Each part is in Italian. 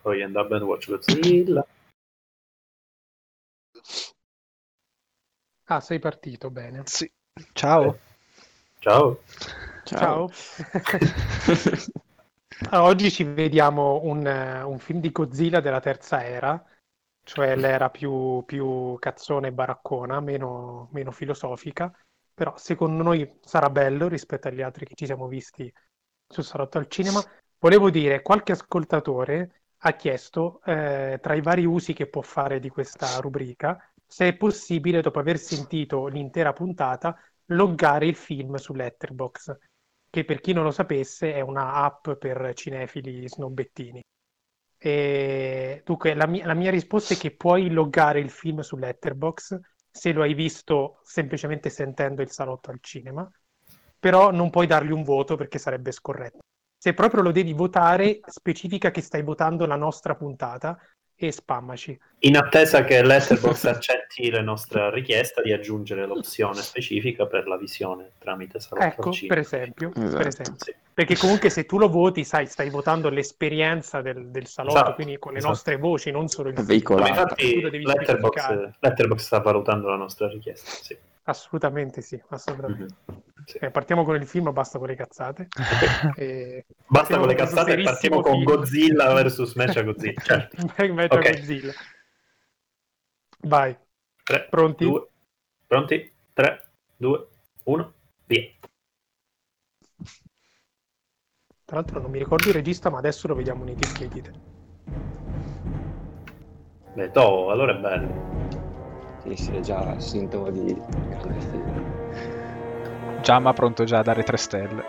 poi end up and watch Godzilla. Ah, sei partito bene. Sì. Ciao. Ciao. Ciao. Allora, Ah, oggi ci vediamo un, eh, un film di Godzilla della terza era, cioè l'era più, più cazzone e baraccona, meno, meno filosofica, però secondo noi sarà bello rispetto agli altri che ci siamo visti su Sarotto al Cinema. Volevo dire, qualche ascoltatore ha chiesto, eh, tra i vari usi che può fare di questa rubrica, se è possibile, dopo aver sentito l'intera puntata, loggare il film su Letterboxd che per chi non lo sapesse è una app per cinefili snobbettini. E, dunque, la, mi- la mia risposta è che puoi loggare il film su Letterboxd se lo hai visto semplicemente sentendo il salotto al cinema, però non puoi dargli un voto perché sarebbe scorretto. Se proprio lo devi votare, specifica che stai votando la nostra puntata e spammaci. In attesa che Letterboxd accetti la nostra richiesta di aggiungere l'opzione specifica per la visione tramite salotto Ecco, al cinema. per esempio, per Esatto. esempio. Sì. Perché comunque se tu lo voti, sai, stai votando l'esperienza del, del salotto, Esatto, quindi con le esatto. nostre voci, non solo il È film. Ma veicolato. Tu lo infatti devi Letterboxd, specificare. Letterboxd sta valutando la nostra richiesta. Sì. Assolutamente sì, assolutamente. Mhm. Sì. Eh, partiamo con il film, basta con le cazzate. E- Basta con le questo cazzate e partiamo serissimo con film. Godzilla vs. Mecha Godzilla. Certo. Mecha Ok. Godzilla. Vai, 3, pronti? 2, pronti? 3, 2, 1, via. Tra l'altro non mi ricordo il regista, ma adesso lo vediamo nei dischi edit. Beh, toh, oh, allora è bello. Sì, sì, è già sintomo di grande film. Giamma pronto già a dare 3 stelle.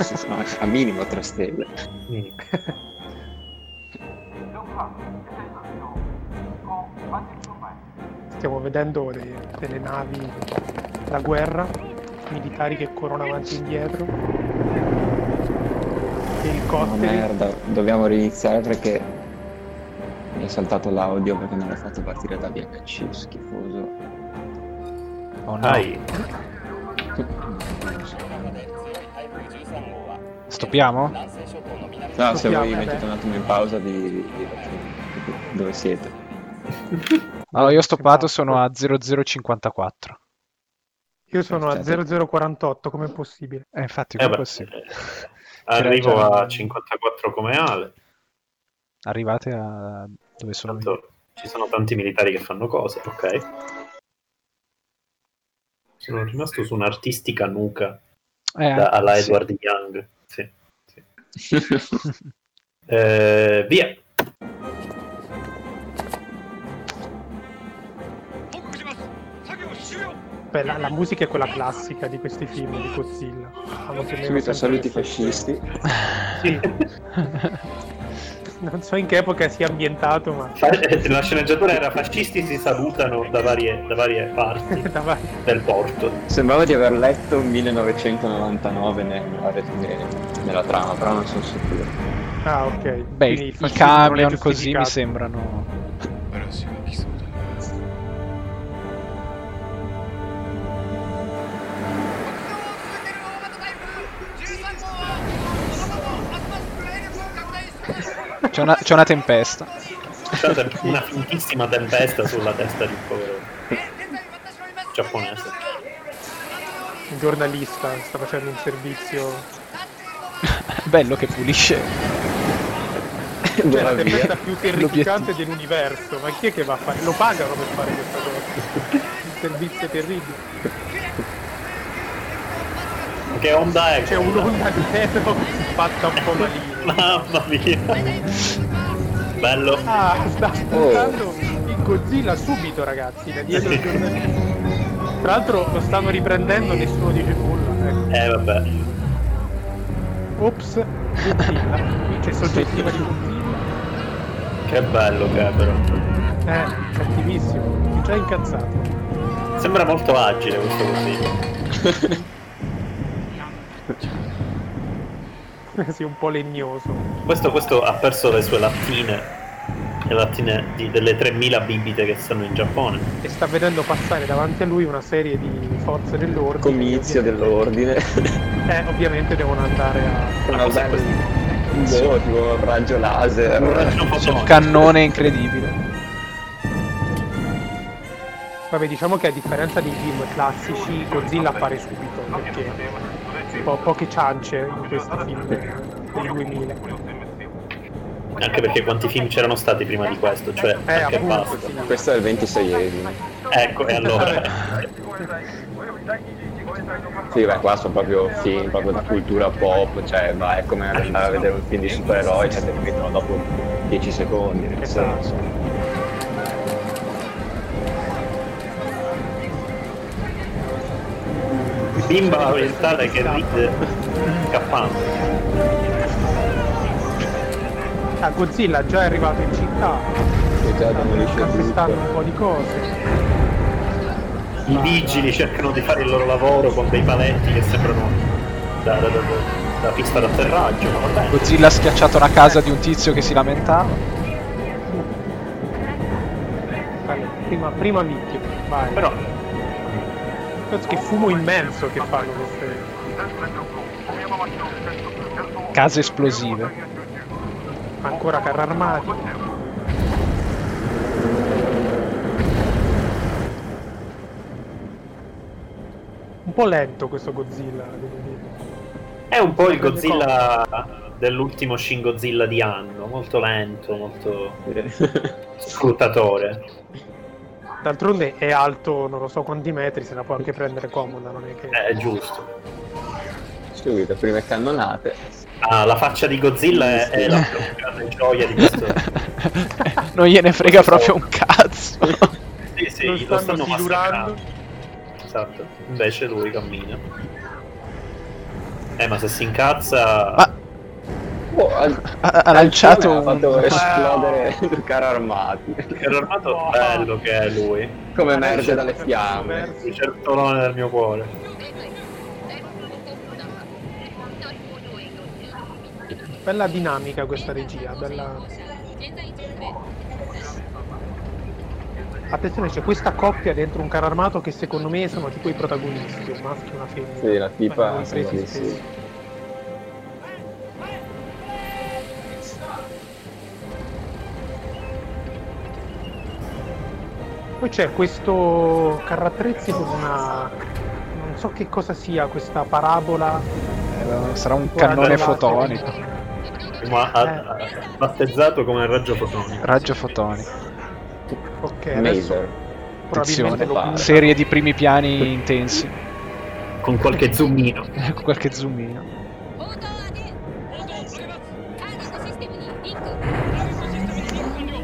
Sì, sì, ma a minimo 3 stelle. Mm. Stiamo vedendo le- delle navi da guerra, militari che corrono avanti e indietro, No, elicotteri. merda, dobbiamo riniziare perché mi è saltato l'audio perché non l'ho fatto partire da VHC, schifoso. Oh no, Dai, stoppiamo? No, se Stoppiamo, voi mettete vabbè. un attimo in pausa di, di- dove siete. Allora, io ho Esatto. stoppato, sono a 0054. Io sono a Cioè, Aspetta. 0048, com'è possibile? E infatti, eh come beh, possibile? eh, arrivo Era già- a 54 come Ale. Arrivate a dove sono io. Tanto ci sono tanti militari che fanno cose, ok? Sono rimasto su un'artistica nuca Eh, da- alla sì. Edward Young. Sì. Eh, via. Beh, la, la musica è quella classica di questi film di Godzilla. Hanno più o meno Subito sempre saluti le fascisti. stesse- Non so in che epoca sia ambientato, ma Fa- eh, La sceneggiatura era fascisti si salutano da varie, da varie parti da vari- del porto. Sembrava di aver letto 1999 nel- nella, trama, però non sono sicuro. Ah, ok. Beh, Quindi il i fascismo non è camion così mi giustificato. sembrano. C'è una, c'è una tempesta. C'è una- una fintissima tempesta sulla testa di un povero giapponese. Un giornalista sta facendo un servizio. Bello che pulisce. Cioè, la Della via. tempesta più terrificante dell'universo. Ma chi è che va a fare? Lo pagano per fare questa cosa. Un servizio terribile. Che onda è? C'è un'onda dietro fatta un po' malino. Mamma mia. Bello. Ah, sta Oh. puntando il Godzilla subito, ragazzi. Da dietro il giornalista. Tra l'altro lo stanno riprendendo, nessuno dice nulla. Ecco. Eh vabbè. Ops, Godzilla. Qui c'è soggettiva di Godzilla. Che bello che è però. Eh, cattivissimo. È già incazzato. Sembra molto agile questo così. Sì, un po' legnoso. Questo, questo ha perso le sue lattine. Le lattine di- delle 3000 bibite che stanno in Giappone. E sta vedendo passare davanti a lui una serie di forze dell'ordine. comizio che ovviamente- dell'ordine. Eh, ovviamente devono andare a. Ma cos'è bella- questo? un lungo, Boh, tipo un raggio laser. Un raggio C'è un fotonico. cannone incredibile. Vabbè, diciamo che a differenza dei film classici, Godzilla appare subito, perché po- poche ciance in questi film del 2000. Anche perché quanti film c'erano stati prima di questo, cioè Eh, anche appunto, basta. sì. Questo è il 26esimo. Ecco, e allora Sì, beh, qua sono proprio film, proprio da cultura pop, cioè ma è come andare a vedere un film di supereroi, cioè te li mettono dopo 10 secondi, nel Esatto. senso. bimba orientale che ride scappando. Ah, Godzilla già è arrivato in città, Esatto. Che già sta demolisce assestando tutto. un po' di cose. I vigili cercano di fare il loro lavoro con dei paletti che sembrano da, da- da- da pista d'atterraggio, ma va bene. Godzilla ha schiacciato la casa di un tizio che si lamentava. Vale, prima, prima Micchio, vai. Però Penso che fumo immenso che fanno queste... Case esplosive. Ancora carri armati. Un po' lento questo Godzilla, devo dire. è un po' il Godzilla dell'ultimo Shin Godzilla di anno, molto lento, molto sfruttatore. D'altronde è alto, non lo so quanti metri, se la può anche prendere comoda, non è che... Eh, È giusto. Subito, prime cannonate. Ah, la faccia di Godzilla è, è la più grande gioia di questo. non gliene frega proprio un cazzo. Sì, sì, Lo lo stanno, stanno massacrando. silurando. Esatto. Invece lui cammina. Eh, ma se si incazza. Ma- Oh, al- Ha, ha lanciato ha fatto un... esplodere i carri armati. Che armato Oh. bello che è lui. Come emerge Adesso dalle facciamo fiamme. versi. Il certolone del mio cuore. Bella dinamica questa regia, bella... Attenzione, c'è questa coppia dentro un carro armato che secondo me sono tipo i protagonisti, un maschio e una femmina. Sì, la tipa Vengono presi sembra di spesso. sì. Poi c'è questo carrattrezzi con una... non so che cosa sia, questa parabola Sarà un cannone fotonico. Ma ha- ha battezzato come raggio fotonico. Raggio fotonico. Ok, adesso Maser. probabilmente lo Attenzione, butta. Serie di primi piani intensi. Con qualche zoomino. Ecco qualche zoomino. オーダーで報道されますターゲットシステムにリンク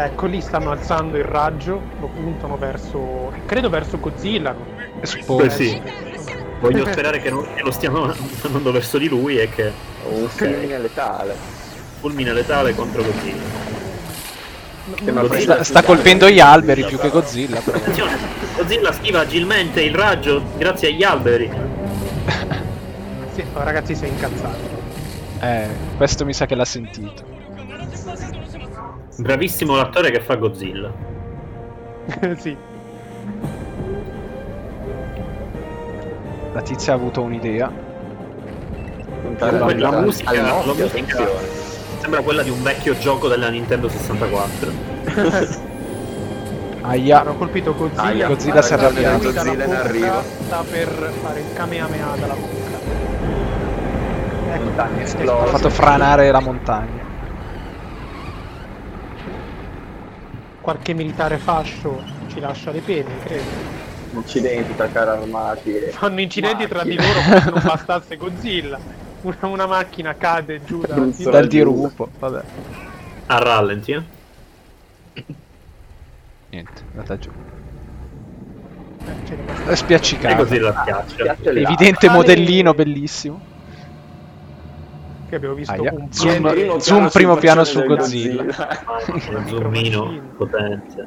Ecco, lì stanno alzando il raggio, lo puntano verso... credo verso Godzilla. Esposto. Eh sì. レーザー発射 Voglio sperare che, non- che lo stiano andando verso di lui e che Un fulmine letale. fulmine letale contro Godzilla. Godzilla Sembra prendere Sta, sta sul colpendo gli alberi più che Godzilla. però. Attenzione, Godzilla schiva agilmente il raggio grazie agli alberi. Sì, oh, ragazzi, si è incazzato. Eh, questo mi sa che l'ha sentito. Bravissimo l'attore che fa Godzilla. sì. La tizia ha avuto un'idea. puntare Comunque la al- musica- al la occhio, musica- attenzione. Sembra quella di un vecchio gioco della Nintendo 64. Aia. Hanno colpito Godzilla. Aia, Godzilla si è Guarda, arrabbiato. lui dalla Godzilla in bocca arrivo. Sta per fare il kamehameha dalla bocca. Ecco, Montagne Mm, Ha esplose. fatto franare la montagna. Qualche militare fascio ci lascia le pene, credo. Incidenti tra carri armati e... Fanno incidenti tra di Macchine. loro come se non bastasse Godzilla. Una, una macchina cade giù da... Non so. Dal dirupo. Vabbè. A rallenti, eh? Niente, è andata giù. Cioè, ne basta- È E così spiaccicata. la schiaccia. Piace là. Evidente Ale. modellino bellissimo. Che abbiamo visto Aia. un Zoom- piede- primo zoom piano primo sul piano faccione su del Godzilla. Un zoomino potente.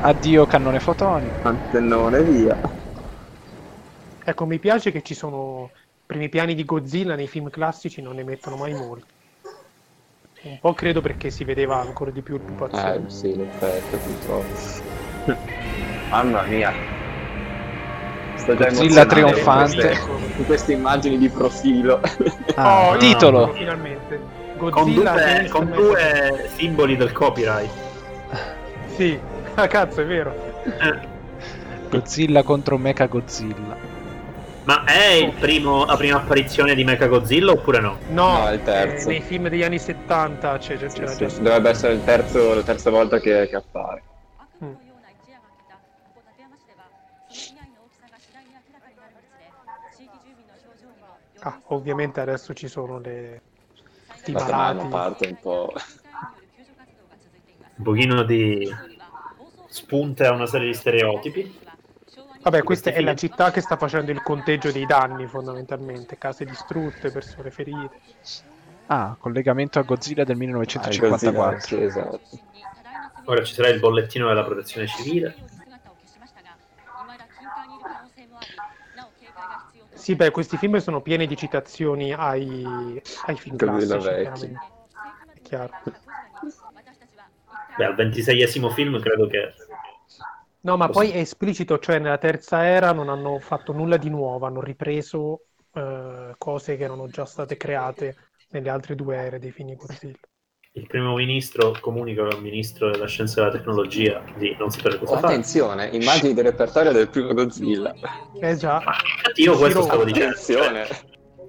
Addio cannone fotonico. Antennone via. Ecco, mi piace che ci sono primi piani di Godzilla nei film classici, non ne mettono mai molti. Un po' credo perché si vedeva ancora di più il pupazzo. Eh sì, l'effetto purtroppo. Mamma mia. Sto già Godzilla emozionato con trionfante. queste- Con queste immagini di profilo. Ah, Ecco. Oh, io- titolo. Finalmente. Con Godzilla due, eh, James con Mac- due simboli del copyright. Sì, ah cazzo, è vero. Godzilla contro Mecha Godzilla. Ma è il primo- la prima apparizione di Mechagodzilla oppure no? No, No, è il terzo. eh, nei film degli anni 70 c'è, c'è- c'era Sì, già. sì, Dovrebbe essere il terzo, la terza volta che, che appare. うん Ah, ovviamente adesso ci sono le... i La trama malati. parte un po'. Un pochino di spunte a una serie di stereotipi. Vabbè, questa è la città che sta facendo il conteggio dei danni fondamentalmente, case distrutte, persone ferite. Ah, collegamento a Godzilla del Ah, 1954. Godzilla, sì, esatto. Ora ci sarà il bollettino della protezione civile. Sì, beh, questi film sono pieni di citazioni ai, ai film Godzilla classici, vecchi. chiaramente. È chiaro. Beh, al 26esimo film credo che... No, ma Lo poi so. è esplicito, cioè nella terza era non hanno fatto nulla di nuovo, hanno ripreso eh, cose che erano già state create nelle altre due ere dei film di Godzilla. Il primo ministro comunica al ministro della scienza e della tecnologia di non sapere Oh, cosa fare. attenzione, immagini del repertorio del primo Godzilla. Eh già, Ma infatti io questo Shiro- stavo dicendo. Cioè, Attenzione.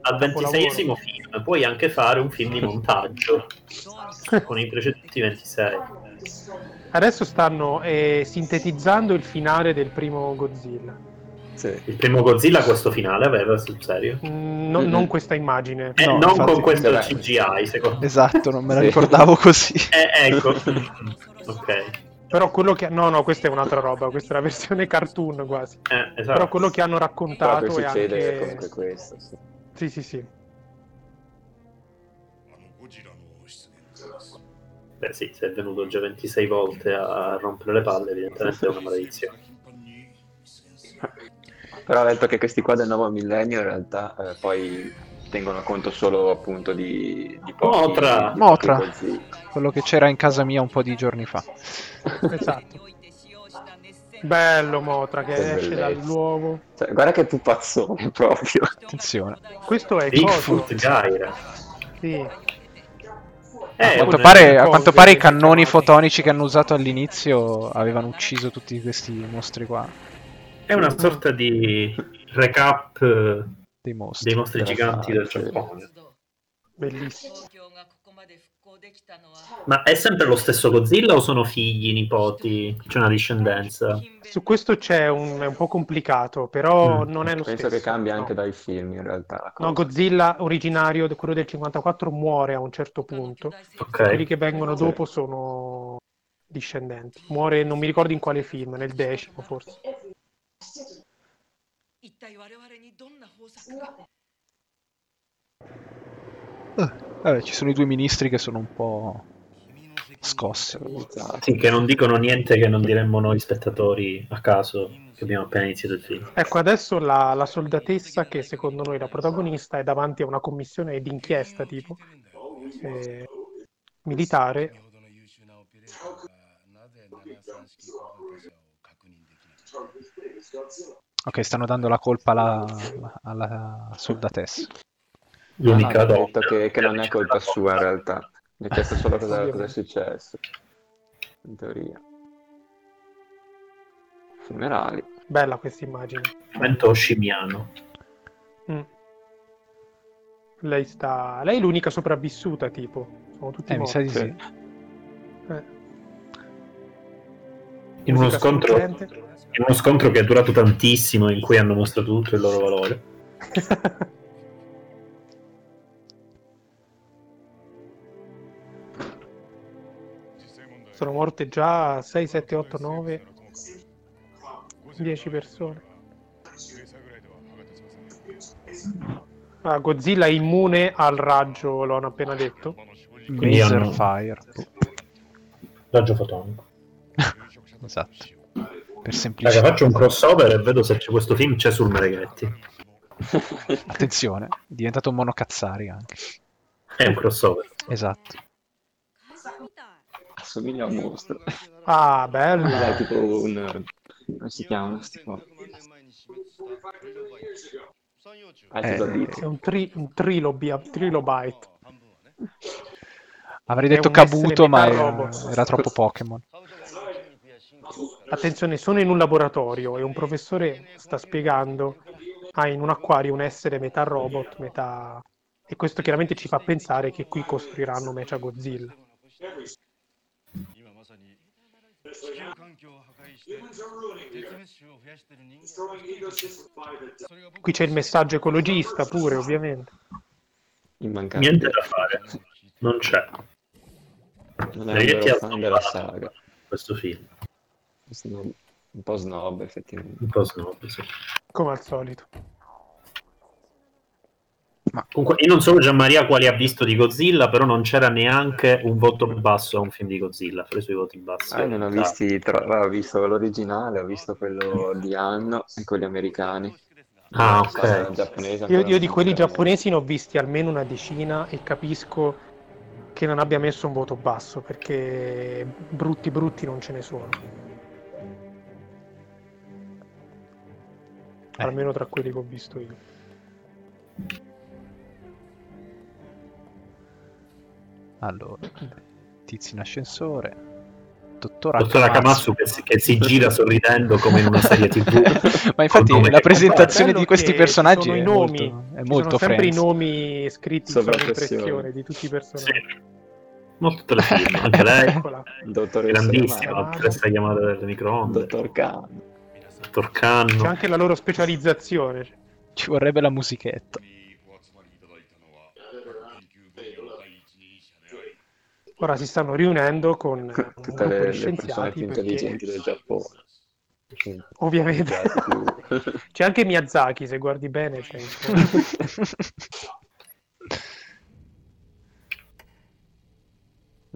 Al 26esimo film puoi anche fare un film di montaggio con i precedenti 26. adesso stanno eh, sintetizzando il finale del primo Godzilla. Sì. Il primo Godzilla questo finale aveva sul serio. Mm, no- Mm-mm. Non questa immagine. Eh, No, non infatti- con questo vabbè. CGI, secondo me. Esatto, non me la Sì. ricordavo così. Eh, ecco. ok. Eh, Però quello che... No, no, questa è un'altra roba, questa è la versione cartoon quasi. Eh, esatto. Ah. Però quello che hanno Però poi raccontato è succede comunque Ah, anche... questo. sì. Sì, sì, sì. Beh sì, se è venuto già 26 volte a rompere le palle, evidentemente è una maledizione. Però ho detto che questi qua del nuovo millennio in realtà eh, poi tengono conto solo appunto di, di pochi- Motra. di Motra. pochi Godzilla. Quello che c'era in casa mia un po' di giorni fa. Eh, Esatto. Bello Motra che Che esce bellezza. dall'uovo. Cioè, guarda che pupazzone proprio. Attenzione. Questo è coso. Bigfoot Gaira. Sì. Eh, a, quanto un- pare, delle a cose quanto pare i che cannoni chiamano- fotonici che hanno usato all'inizio avevano ucciso tutti questi mostri qua. è una sorta di recap eh, Dei mostri. dei mostri giganti del Giappone. Bellissimo. Ma è sempre lo stesso Godzilla o sono figli, nipoti? C'è una discendenza? Su questo c'è un... è un po' complicato, però Mm. non è lo Penso stesso. che cambia anche no. dai film in realtà. la cosa. No, Godzilla originario, quello del 54, muore a un certo punto. Quelli Ok. che vengono Sì. dopo sono discendenti. Muore, non mi ricordo in quale film, nel decimo forse. Vabbè, ci sono i due ministri che sono un po' scossi. Esatto. Sì, che non dicono niente che non diremmo noi spettatori a caso che abbiamo appena iniziato il film. Ecco, adesso la, la soldatessa, che secondo noi è la protagonista, è davanti a una commissione d'inchiesta tipo eh, militare. Ok, stanno dando la colpa alla, alla soldatessa. L'unica Ah, ha donna. detto che, che non è colpa sua in realtà. Mi ha chiesto solo cosa, Ovviamente. cosa è successo. In teoria. Funerali. Bella questa immagine. Momento scimiano. Mm. Lei, sta... Lei è l'unica sopravvissuta, tipo. Sono tutti Eh, mi sa morti. di sì. Eh, In uno musica scontro... struggente. in uno scontro che è durato tantissimo, in cui hanno mostrato tutto il loro valore. Sono morte già 6, 7, 8, 9, 10 persone. Ah, Godzilla è immune al raggio, lo hanno appena detto. Quindi Laser hanno- fire. Raggio fotonico. Esatto. Per Raga, semplicità. faccio un crossover e vedo se c'è questo film c'è sul Mereghetti. Attenzione, è diventato un monocazzari anche. È un crossover. Esatto. Assomiglia a un mostro. Ah, bella. Cioè, tipo un... come si chiama? Tipo... Anzi, lo dico. È un, tri- un trilobi- un trilobite. Avrei È detto un essere Kabuto, ma metà era, robot. era troppo Pokémon. Attenzione, sono in un laboratorio e un professore sta spiegando ha in un acquario un essere metà robot, metà... E questo chiaramente ci fa pensare che qui costruiranno Mecha Godzilla. Qui c'è il messaggio ecologista pure, ovviamente. Immancabile. Niente da fare, non c'è. Non Perché è un ti ha vero fan della saga. Questo film, Snob- Un po' snob, effettivamente. un po' snob, sì. Come al solito. Comunque, io non so Gianmaria quali ha visto di Godzilla, però non c'era neanche un voto basso a un film di Godzilla, ha preso i voti bassi. Ah, io non ho, visti, tro- ho visto l'originale, ho visto quello di Anno e quelli americani. Ah, La saga ok. giapponese Io, ancora io di non quelli c'era. giapponesi ne ho visti almeno una decina e capisco che non abbia messo un voto basso perché brutti brutti non ce ne sono. Eh. Almeno tra quelli che ho visto io. Allora, tizi in ascensore. Dottora Dottor Akamatsu che si, che si gira sorridendo come in una serie tv. Ma infatti Col nome la che- presentazione Bello di questi che personaggi sono è i nomi, molto, è Ci sono molto sempre Friends. i nomi scritti in Sovraimpressione. sovraimpressione di tutti i personaggi. Sì. Molto telefilm, anche lei. Eccola. Dottoressa Grandissima, Yamada, la stessa chiamata del microonde. Dottor Khan. Dottor C'è Canno. anche la loro specializzazione. Ci vorrebbe la musichetta. お集まりいただいたのは緊急御用第一人者であり Ora si stanno riunendo con un Tutte gruppo le, di le persone scienziati più perché intelligenti del Giappone. Mm, ovviamente grazie più. c'è anche Miyazaki se guardi bene. c'è il-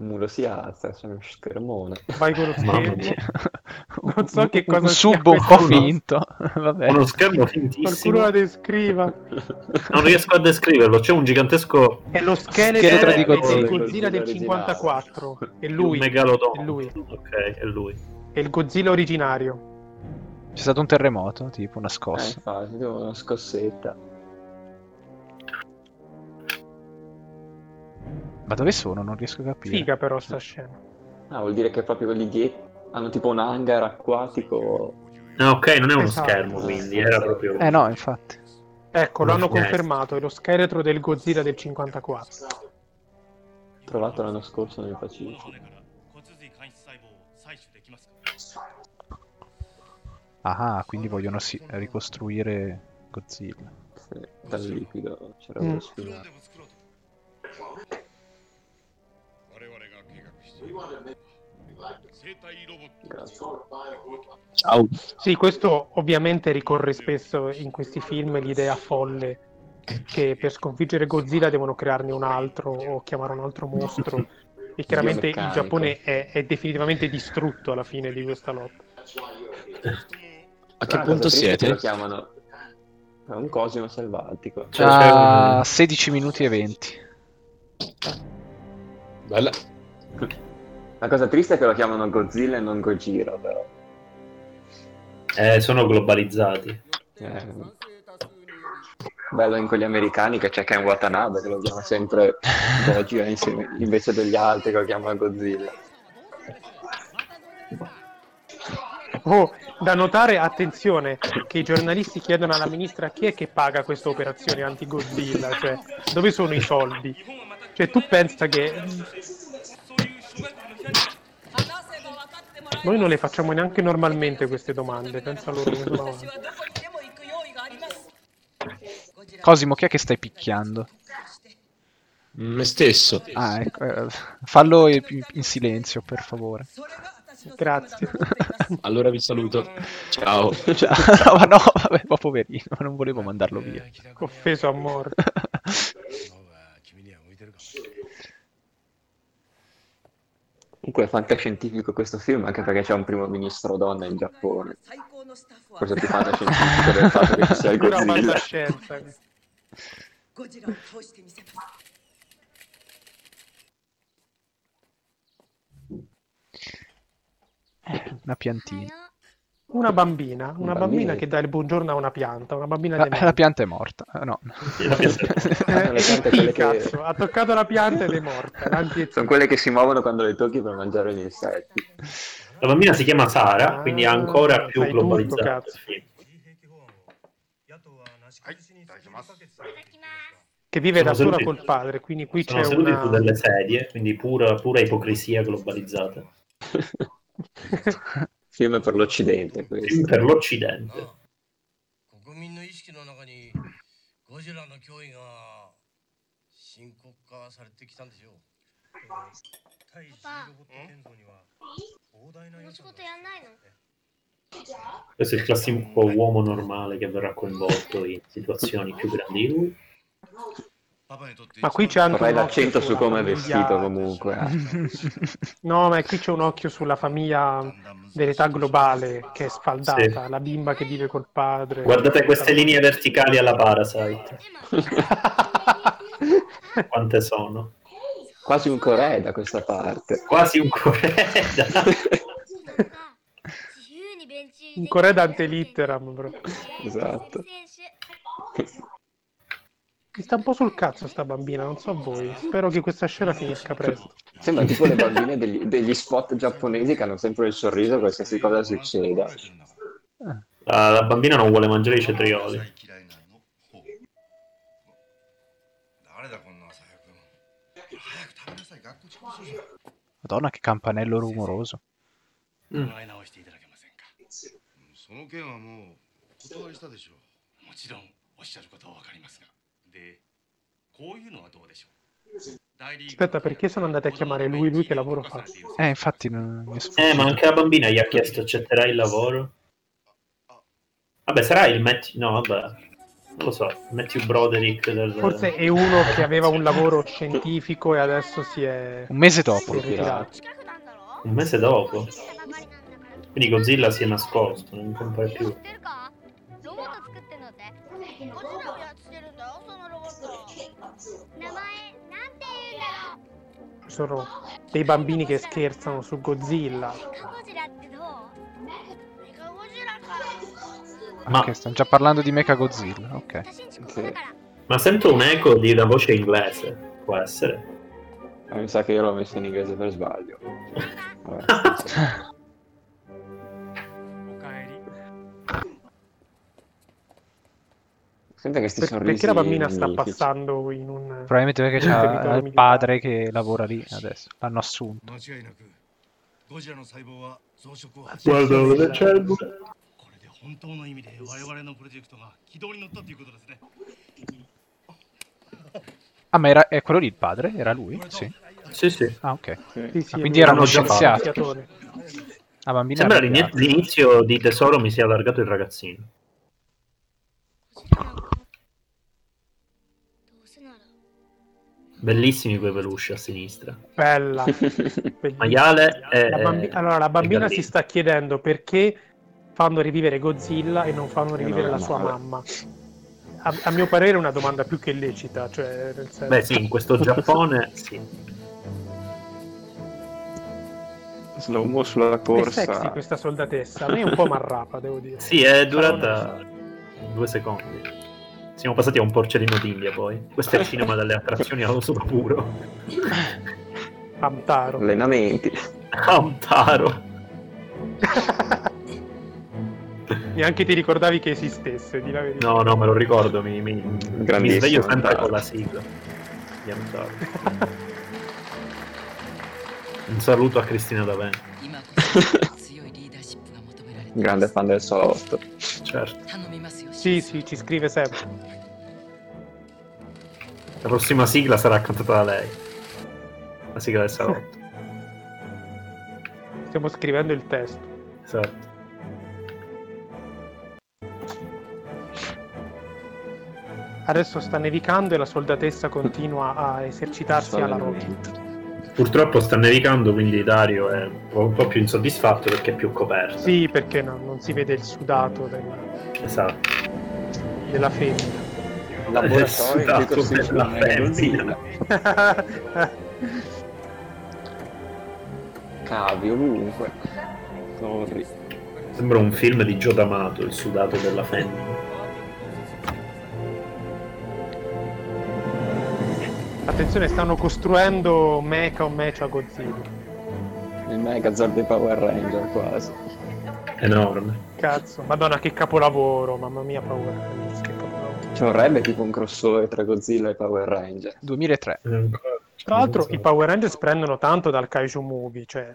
Il muro si alza, c'è uno schermone. Vai con lo Mamma schermo. mia. Non so che cosa un sia sub un po' questo. finto. Vabbè. Uno schermo Qualcuno la fintissimo. descriva. Non riesco a descriverlo. C'è un gigantesco È lo scheletro, Scheletro di di Godzilla, Godzilla. del Originale. 54. È lui, è megalodon. lui. Ok, è lui. il Godzilla originario. C'è stato un terremoto, tipo una Eh, scossa. infatti, devo una scossetta. Ma dove sono? Non riesco a capire. Eh. Figa però sta scena. Ah, vuol dire che proprio lì dietro hanno tipo un hangar acquatico. Ah, ok, non è uno Esatto. schermo, quindi era proprio... Eh no, infatti. Ecco, lo hanno Ok. confermato, è lo scheletro del Godzilla del 54. Trovato l'anno scorso nel Pacifico. 骨髄間質細胞を採取できますか Ah, quindi vogliono sì- ricostruire Godzilla. Sì, dal liquido c'era Mm. lo spinato. 我々が計画している生体ロボット Grazie. を Ciao. Sì, questo ovviamente ricorre spesso in questi film l'idea folle che per sconfiggere Godzilla devono crearne un altro o chiamare un altro mostro. E chiaramente il meccanico. Giappone è, è definitivamente distrutto alla fine di questa lotta. A che Ah, punto cosa triste che Lo siete? chiamano è un cosimo selvatico. Cioè, Ah, 16 minuti e 20. Bella. La cosa triste è che lo chiamano Godzilla e non Gojira, però. Eh, sono globalizzati. Eh, bello in quegli americani che c'è Ken Watanabe che lo chiama sempre Gojira insieme- invece degli altri che lo chiamano Godzilla. Oh, da notare, attenzione, che i giornalisti chiedono alla ministra chi è che paga questa operazione anti-Godzilla, cioè dove sono i soldi? Cioè tu pensa che そういう諸外国の人たち noi non le が facciamo neanche normalmente queste domande, pensa loro come sono avanti. Cosimo, chi è che stai picchiando? Me stesso. Ah, ecco. eh, Fallo in in silenzio, per favore. Grazie. Allora vi saluto. Ciao. Cioè, no, ma no, vabbè, ma poverino, non volevo mandarlo via. eh, Offeso a morte. の方が君には向いてるかもしれない Comunque è fantascientifico questo film anche perché c'è un primo ministro donna in Giappone. Cosa più fantascientifico del fatto che ci sia il Pura Godzilla. fantascienza. Una Eh, piantina. Una bambina, una Bambini. bambina che dà il buongiorno a una pianta, una bambina La, demente. la pianta è morta. Eh, No. Eh, Le piante sì, quelle che- cazzo, ha toccato la pianta ed è morta. l'anti- Sono quelle che si muovono quando le tocchi per mangiare gli insetti. La bambina si chiama Sara, Ah, quindi è ancora più fai tutto, globalizzata. cazzo. Sì. 野党はなし崩しに進めかけてた Che vive da Sono sola seduti- col padre, quindi qui Sono c'è seduti una... su delle sedie, quindi pura, pura ipocrisia globalizzata. Film per l'Occidente questo. Film per l'Occidente. 国民の意識の中にゴジラの脅威が深刻化されてきたんでしょう対自ロボット建造には膨大なこ予の仕算が事やんないの Questo è il classico uomo normale che verrà coinvolto in situazioni più grandi di lui. パパにとってまあクイちゃん Fai Anche un l'accento occhio su come è sulla vestito famiglia. comunque. eh. No, ma qui c'è un occhio sulla famiglia dell'età globale che è sfaldata, la bimba che vive col padre. Guardate queste linee verticali alla Parasite, エマ quante sono. Quasi un Corea da questa parte. Quasi un Coreda. 自由にベンチ入り In できる Corea Dante Litteram, bro. そう Mi sta un po' sul cazzo sta bambina, non so voi. Spero che questa scena finisca presto. Sembra tipo le bambine degli, degli spot giapponesi che hanno sempre il sorriso qualsiasi cosa succeda. La, la bambina non vuole mangiare i cetrioli. 嫌いなのほう誰だこんな朝早く早く食べなさい学校遅刻するぞ Madonna, che campanello rumoroso. 考え直していただけませんかその件はもうお断りしたでしょうもちろんおっしゃることはわかりますがでこういうのはどうでしょう大リーグ Aspetta, perché sono andati a chiamare lui? Lui che lavoro fa? Eh, infatti non mi è sfuggito. Eh, ma anche la bambina gli ha chiesto accetterai il lavoro? Vabbè, sarà il Matthew... No, vabbè. Non lo so, Matthew Broderick del... Forse è uno che aveva un lavoro scientifico e adesso si è... Un mese dopo. si è ritirato. 近くなんだろ esatto. Un mese dopo. 来たばかりなんだから Quindi Godzilla si è nascosto, non compare 知っ più. てるかロボット作ってんだってゴジラをやっつけるんだよそのロボット名前なんて Ci sono dei bambini che scherzano su Godzilla. 言うんだろメカゴジラってどうメカゴジラか Ma, Ok, stanno già parlando di Mecha Godzilla. Ok. 私んちここだから ma sento un eco di una voce inglese. Può essere? Ma Mi sa che io l'ho messo in inglese per sbaglio. Vabbè. おかえり Sento che sti Per- sorrisi perché la bambina sta magnifici. passando in un... Probabilmente perché c'ha Territorio il padre che lavora lì adesso. L'hanno assunto. 間違いなくゴジラの細胞は増殖を発 Guarda dove c'è il buco. これで本当の意味で我々のプロジェクトが軌道に乗ったということですね Ah, ma era è quello lì il padre? Era lui? Sì. Sì, sì. Ah, ok. Sì, sì, Ah, è quindi vero, era uno hanno già fatto. scienziato. La bambina Sembra era l'inizio, arrabbiata. l'inizio di Tesoro mi sia allargato il ragazzino. ゴジラなんかどうせなら Bellissimi quei peluche a sinistra. Bella. bellissima. Maiale e... La bambi- allora, la bambina si sta chiedendo perché fanno rivivere Godzilla e non Eh, fanno rivivere non la è sua male. mamma. A, a mio parere è una domanda più che lecita, cioè nel senso... Beh sì, in questo Giappone sì. Slow mo sulla è sexy corsa. questa soldatessa, a me è un po' marrapa, devo dire. Sì, è durata due secondi. Siamo passati a un porcellino d'India poi. Questo è il cinema delle attrazioni all'uso puro. Amtaro. Allenamenti. Amtaro. Neanche ti ricordavi che esistesse, di la verità. No, no, me lo ricordo, mi, mi- mi Grandissimo, sveglio sempre Amtaro. con la sigla di Amtaro. Un saluto a Cristina D'Avena, 今こそ強いリーダーシップが求められています Grande fan del Solotto. certo. 頼みますよ Sì, sì, ci scrive sempre. La prossima sigla sarà cantata da lei. La sigla del salotto, Stiamo scrivendo il testo. esatto. Adesso sta nevicando e la soldatessa continua a esercitarsi alla Rocky. Purtroppo sta nevicando, quindi Dario è un po', un po' più insoddisfatto perché è più coperto. Sì, perché no, non si vede il sudato della, Esatto. della femmina. Laboratorio Esatto, di costruzione per la di femmina. Godzilla. Cavi ovunque. Torri. Sembra un film di Gio D'Amato, il sudato della femmina. Attenzione, stanno costruendo Mecha o Mecha Godzilla. Il Megazord dei Power Ranger quasi. Enorme. Cazzo, madonna che capolavoro, mamma mia paura. Che capolavoro. Ci vorrebbe tipo un crossover tra Godzilla e Power Ranger. 2003. Tra l'altro i Power Rangers prendono tanto dal Kaiju Movie, cioè...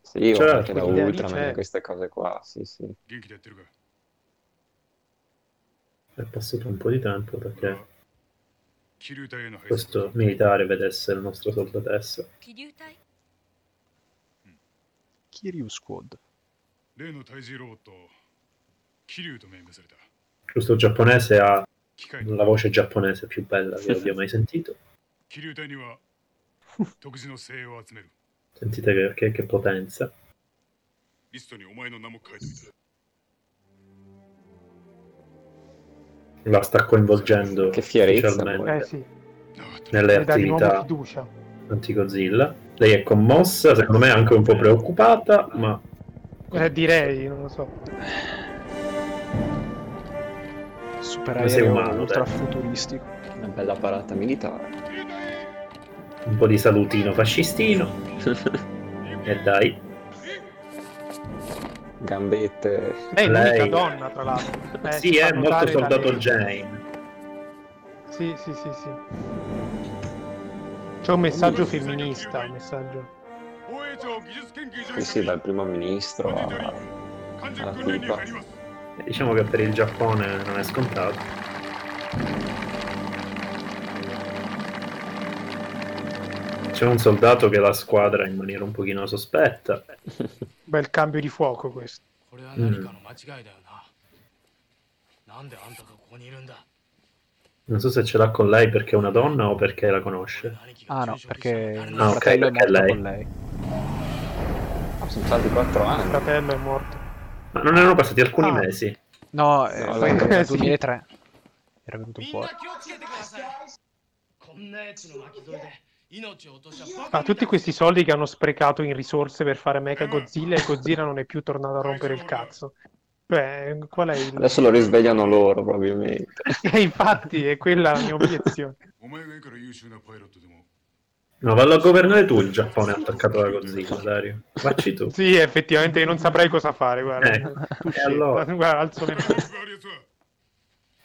Sì, Certo. o anche da L'idea lì Ultraman, c'è. queste cose qua, sì sì. È passato un po' di tempo perché 気流隊への配 questo 送 militare vedesse il nostro soldatessa. 気流体 Kiryu Squad. 例の対峙ロボット気流と命名された Questo giapponese ha 機械 la voce giapponese più bella che abbia mai sentito. 気流隊には独自の精鋭を集める Sentite che, che- che potenza. リストにお前の名も書いておいた La sta coinvolgendo Che fierezza, ufficialmente Eh sì, nelle le dà di nuovo attività fiducia. anti-Godzilla. Lei è commossa, secondo me anche un po' preoccupata, ma Eh, direi, non lo so. Super Ma sei aereo umano, dai. ultra futuristico. Una bella parata militare. un po' di salutino fascistino. E dai, Gambette. Lei è Lei- l'unica donna, tra l'altro. Eh, sì, si fa è molto notare da soldato lei. Jane. Sì, sì, sì, sì. C'è un messaggio femminista, un messaggio... 防衛庁技術研究所 Sì, に sì, dal primo ministro モニタリ a... ング完全訓練に入ります Diciamo che per il Giappone non è scontato. C'è un soldato che la squadra in maniera un pochino sospetta. Bel cambio di fuoco questo. これは何かの間違いだよな。なんであんたがここにいるんだ Non so se ce l'ha con lei perché è una donna o perché la 俺 conosce. の兄貴が Ah no, 中傷 perché したのは誰 il なんだ Ah, ok, perché lei. fratello è morto con lei. Sono stati quattro Il anni. fratello è morto. Ma non erano passati alcuni Ah. mesi. No, eh, No, poi lei- nel sì. 2003 era venuto みんな fuori. 気をつけてください。こんなやつの巻き添えで命を落としたバカ Ma みたい tutti questi soldi che hanno sprecato in risorse per fare Mega Godzilla e Godzilla non è più tornato a rompere il cazzo. Cioè, qual è il... Adesso lo risvegliano loro probabilmente. Eh, infatti, è quella la mia obiezione. お前がいくら優秀なパイロットでも No, vallo a governare tu il Giappone attaccato da Godzilla, Dario. Facci tu. Sì, effettivamente, io non saprei cosa fare, guarda. Eh, Tu e scegli. allora? Guarda, alzo le 力 mani. があるやつは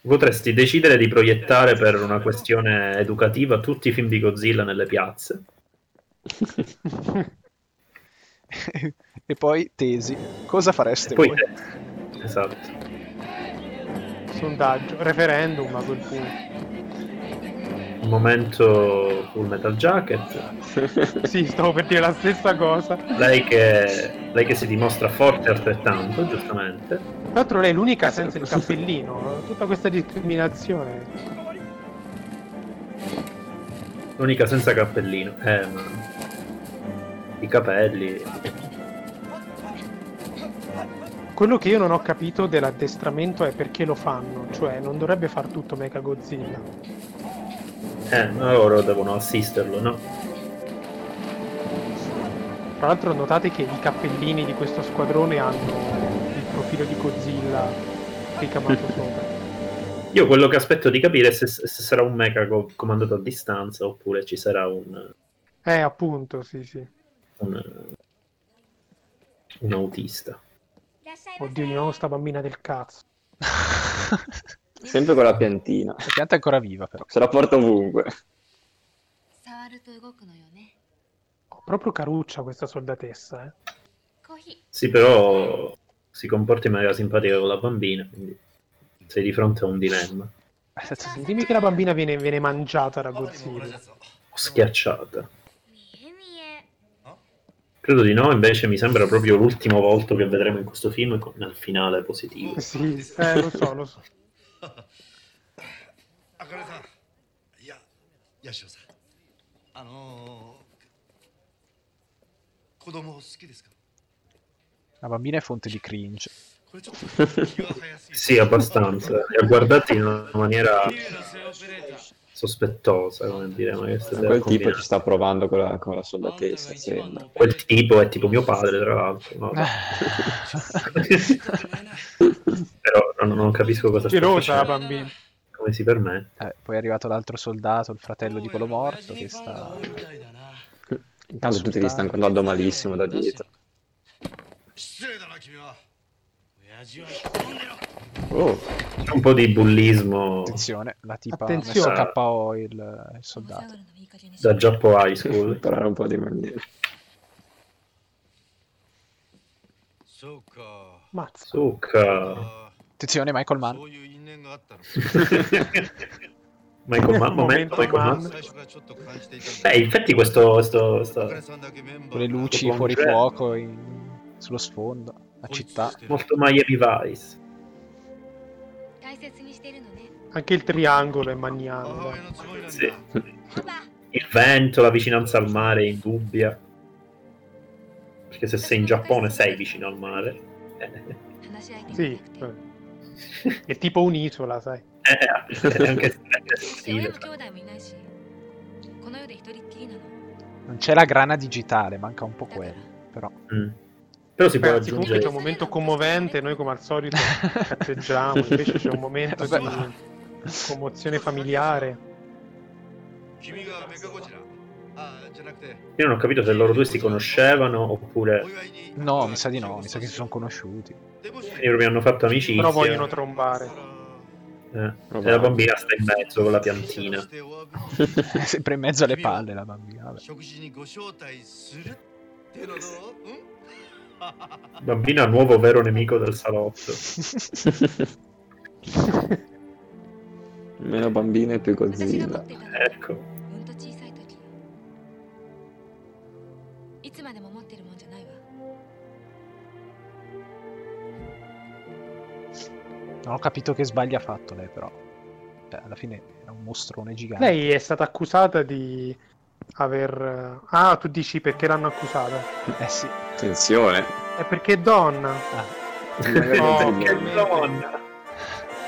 Potresti decidere di proiettare per una questione educativa tutti i film di Godzilla nelle piazze. e poi tesi. Cosa fareste E poi voi? te. Esatto. Sondaggio, referendum a quel punto. Un momento full metal jacket. Sì, stavo per dire la stessa cosa. Tra Lei che, lei che si dimostra forte altrettanto, giustamente. l'altro lei è l'unica senza il cappellino. Tutta questa discriminazione. L'unica senza cappellino. Eh, ma... I capelli. Quello che io non ho capito dell'addestramento è perché lo fanno. Cioè, non dovrebbe far tutto Mega Godzilla. Eh, ma loro devono assisterlo, no? Tra l'altro notate che i cappellini di questo squadrone hanno il profilo di Godzilla ricamato sopra. Io quello che aspetto di capire è se, se sarà un mecha co- comandato a distanza oppure ci sarà un, Eh, appunto, sì, sì. un- un autista. いらっしゃいませ Oddio, di nuovo sta bambina del cazzo. Sempre con la piantina. La pianta è ancora viva però. Se la porta ovunque. 触ると動くのよね Oh, Proprio caruccia questa soldatessa, eh. コーヒ Sì, però si comporta in maniera simpatica con la bambina, quindi sei di fronte a un dilemma. Dimmi che la bambina viene, viene mangiata da ばかりの同じ Godzilla. やつを O schiacciata. みえみえ Credo di no, invece mi sembra proprio l'ultimo volto che vedremo in questo film con al finale positivo. Sì, eh, lo so, lo so. あかねさんいや八代さんあのー、子供好きですか La bambina è fonte di cringe. これちょっと気が早すぎ Sì, abbastanza. Li ha guardati in una maniera 綺麗なセオペレーター sospettosa, come dire, ma che stai Quel tipo combinando? ci sta provando con la, con la soldatessa, sembra. Quel tipo è tipo mio padre, tra l'altro. no? Eh. Però non, non capisco cosa sta Gelosa la facendo, bambina. come si permette. Eh, poi è arrivato l'altro soldato, il fratello di quello morto, che sta... Intanto tutti li stanno guardando malissimo da dietro. 失礼だな君は親父は Oh, C'è un po' di bullismo Attenzione, la tipa Attenzione. ha messo KO il, il soldato. da Giappo High School. imparare un po' di maniere. そうか Mazza. Zucca. Attenzione, Michael Mann. そういう因縁があったの Michael Mann, Momento momento Michael Mann. Mann. 最初からちょっと感じていたんだ Beh, infatti questo... questo, questo- 彼さんだけメンバ Con le ーが luci Buon fuori genere. fuoco in- sullo sfondo, la 孤立 città. してる molto Miami Vice. 大切にしてるのね Anche il triangolo è maniaco. 母親 dai. のつもりなんだ Sì. パパ Il vento, la vicinanza al mare è indubbia. Perché se sei in Giappone sei vicino al mare. Eh, 話し相手がい Sì. なくて eh. È tipo un'isola, sai. eh, è anche è そして親 stile. も兄弟もいないしこの世で一人っきりなの Non c'è la grana digitale, manca un po' だから quella. Però Mm. Però si può Ragazzi, comunque c'è raggiungere... un momento commovente, noi come al solito cazzeggiamo, invece c'è un momento Vabbè, di commozione familiare. 君がメカゴジラあじゃなくて Io non ho capito se loro due si conoscevano oppure... お祝いに No, mi sa di no, mi sa che si sono conosciuti. De Boschi. Quindi proprio hanno fatto Però amicizia. vogliono trombare. Eh, E la bambina sta in mezzo con la piantina. è sempre in mezzo alle palle la bambina. vabbè. 食事にご招待するってのどう、うん、 Bambina nuovo vero nemico del salotto. Certo. Meno bambine più 私が持 Godzilla. っていたのは Ecco. うんと小さい時いつまでも持ってるもんじゃないわ Non ho capito che sbaglia ha fatto lei, però. Cioè, alla fine era un mostrone gigante. Lei è stata accusata di aver... Ah, tu dici perché l'hanno accusata? Eh sì. Attenzione. È perché è donna. Oh, che finalmente. donna!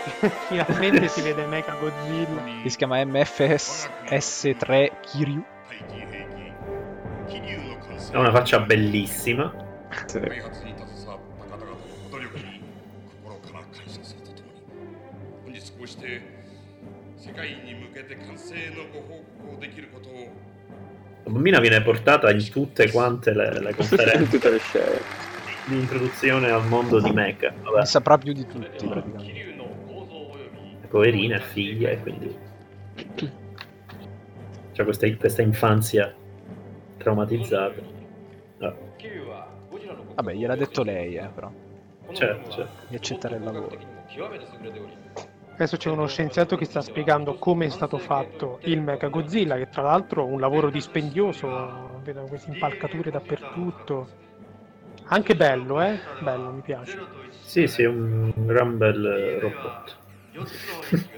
Finalmente si vede Mecha Godzilla. Che si chiama MFS-S3 Kiryu. 大金兵器気流の完成 Ha una faccia bellissima. Sì. 開発に携わった方々のご努力に心から感謝するとともに本日こうして世界に向けて完成のご報告をできることを La bambina viene portata in tutte quante le, le In conferenze tutte le scene. di introduzione al mondo di Mecha. Ne Vabbè, saprà più di tutti, praticamente. 竜の構造および poverina è figlia e quindi... C'è questa, questa infanzia traumatizzata. Ah. キリュウはゴジラの Vabbè, gliel'ha detto lei, eh, però. Certo, certo. Di accettare il lavoro. Adesso c'è uno scienziato che sta spiegando come è stato fatto il Mecha Godzilla, che tra l'altro è un lavoro dispendioso, vedo queste impalcature dappertutto. Anche bello, eh? Bello, mi piace. Sì, sì, è un gran bel eh, robot.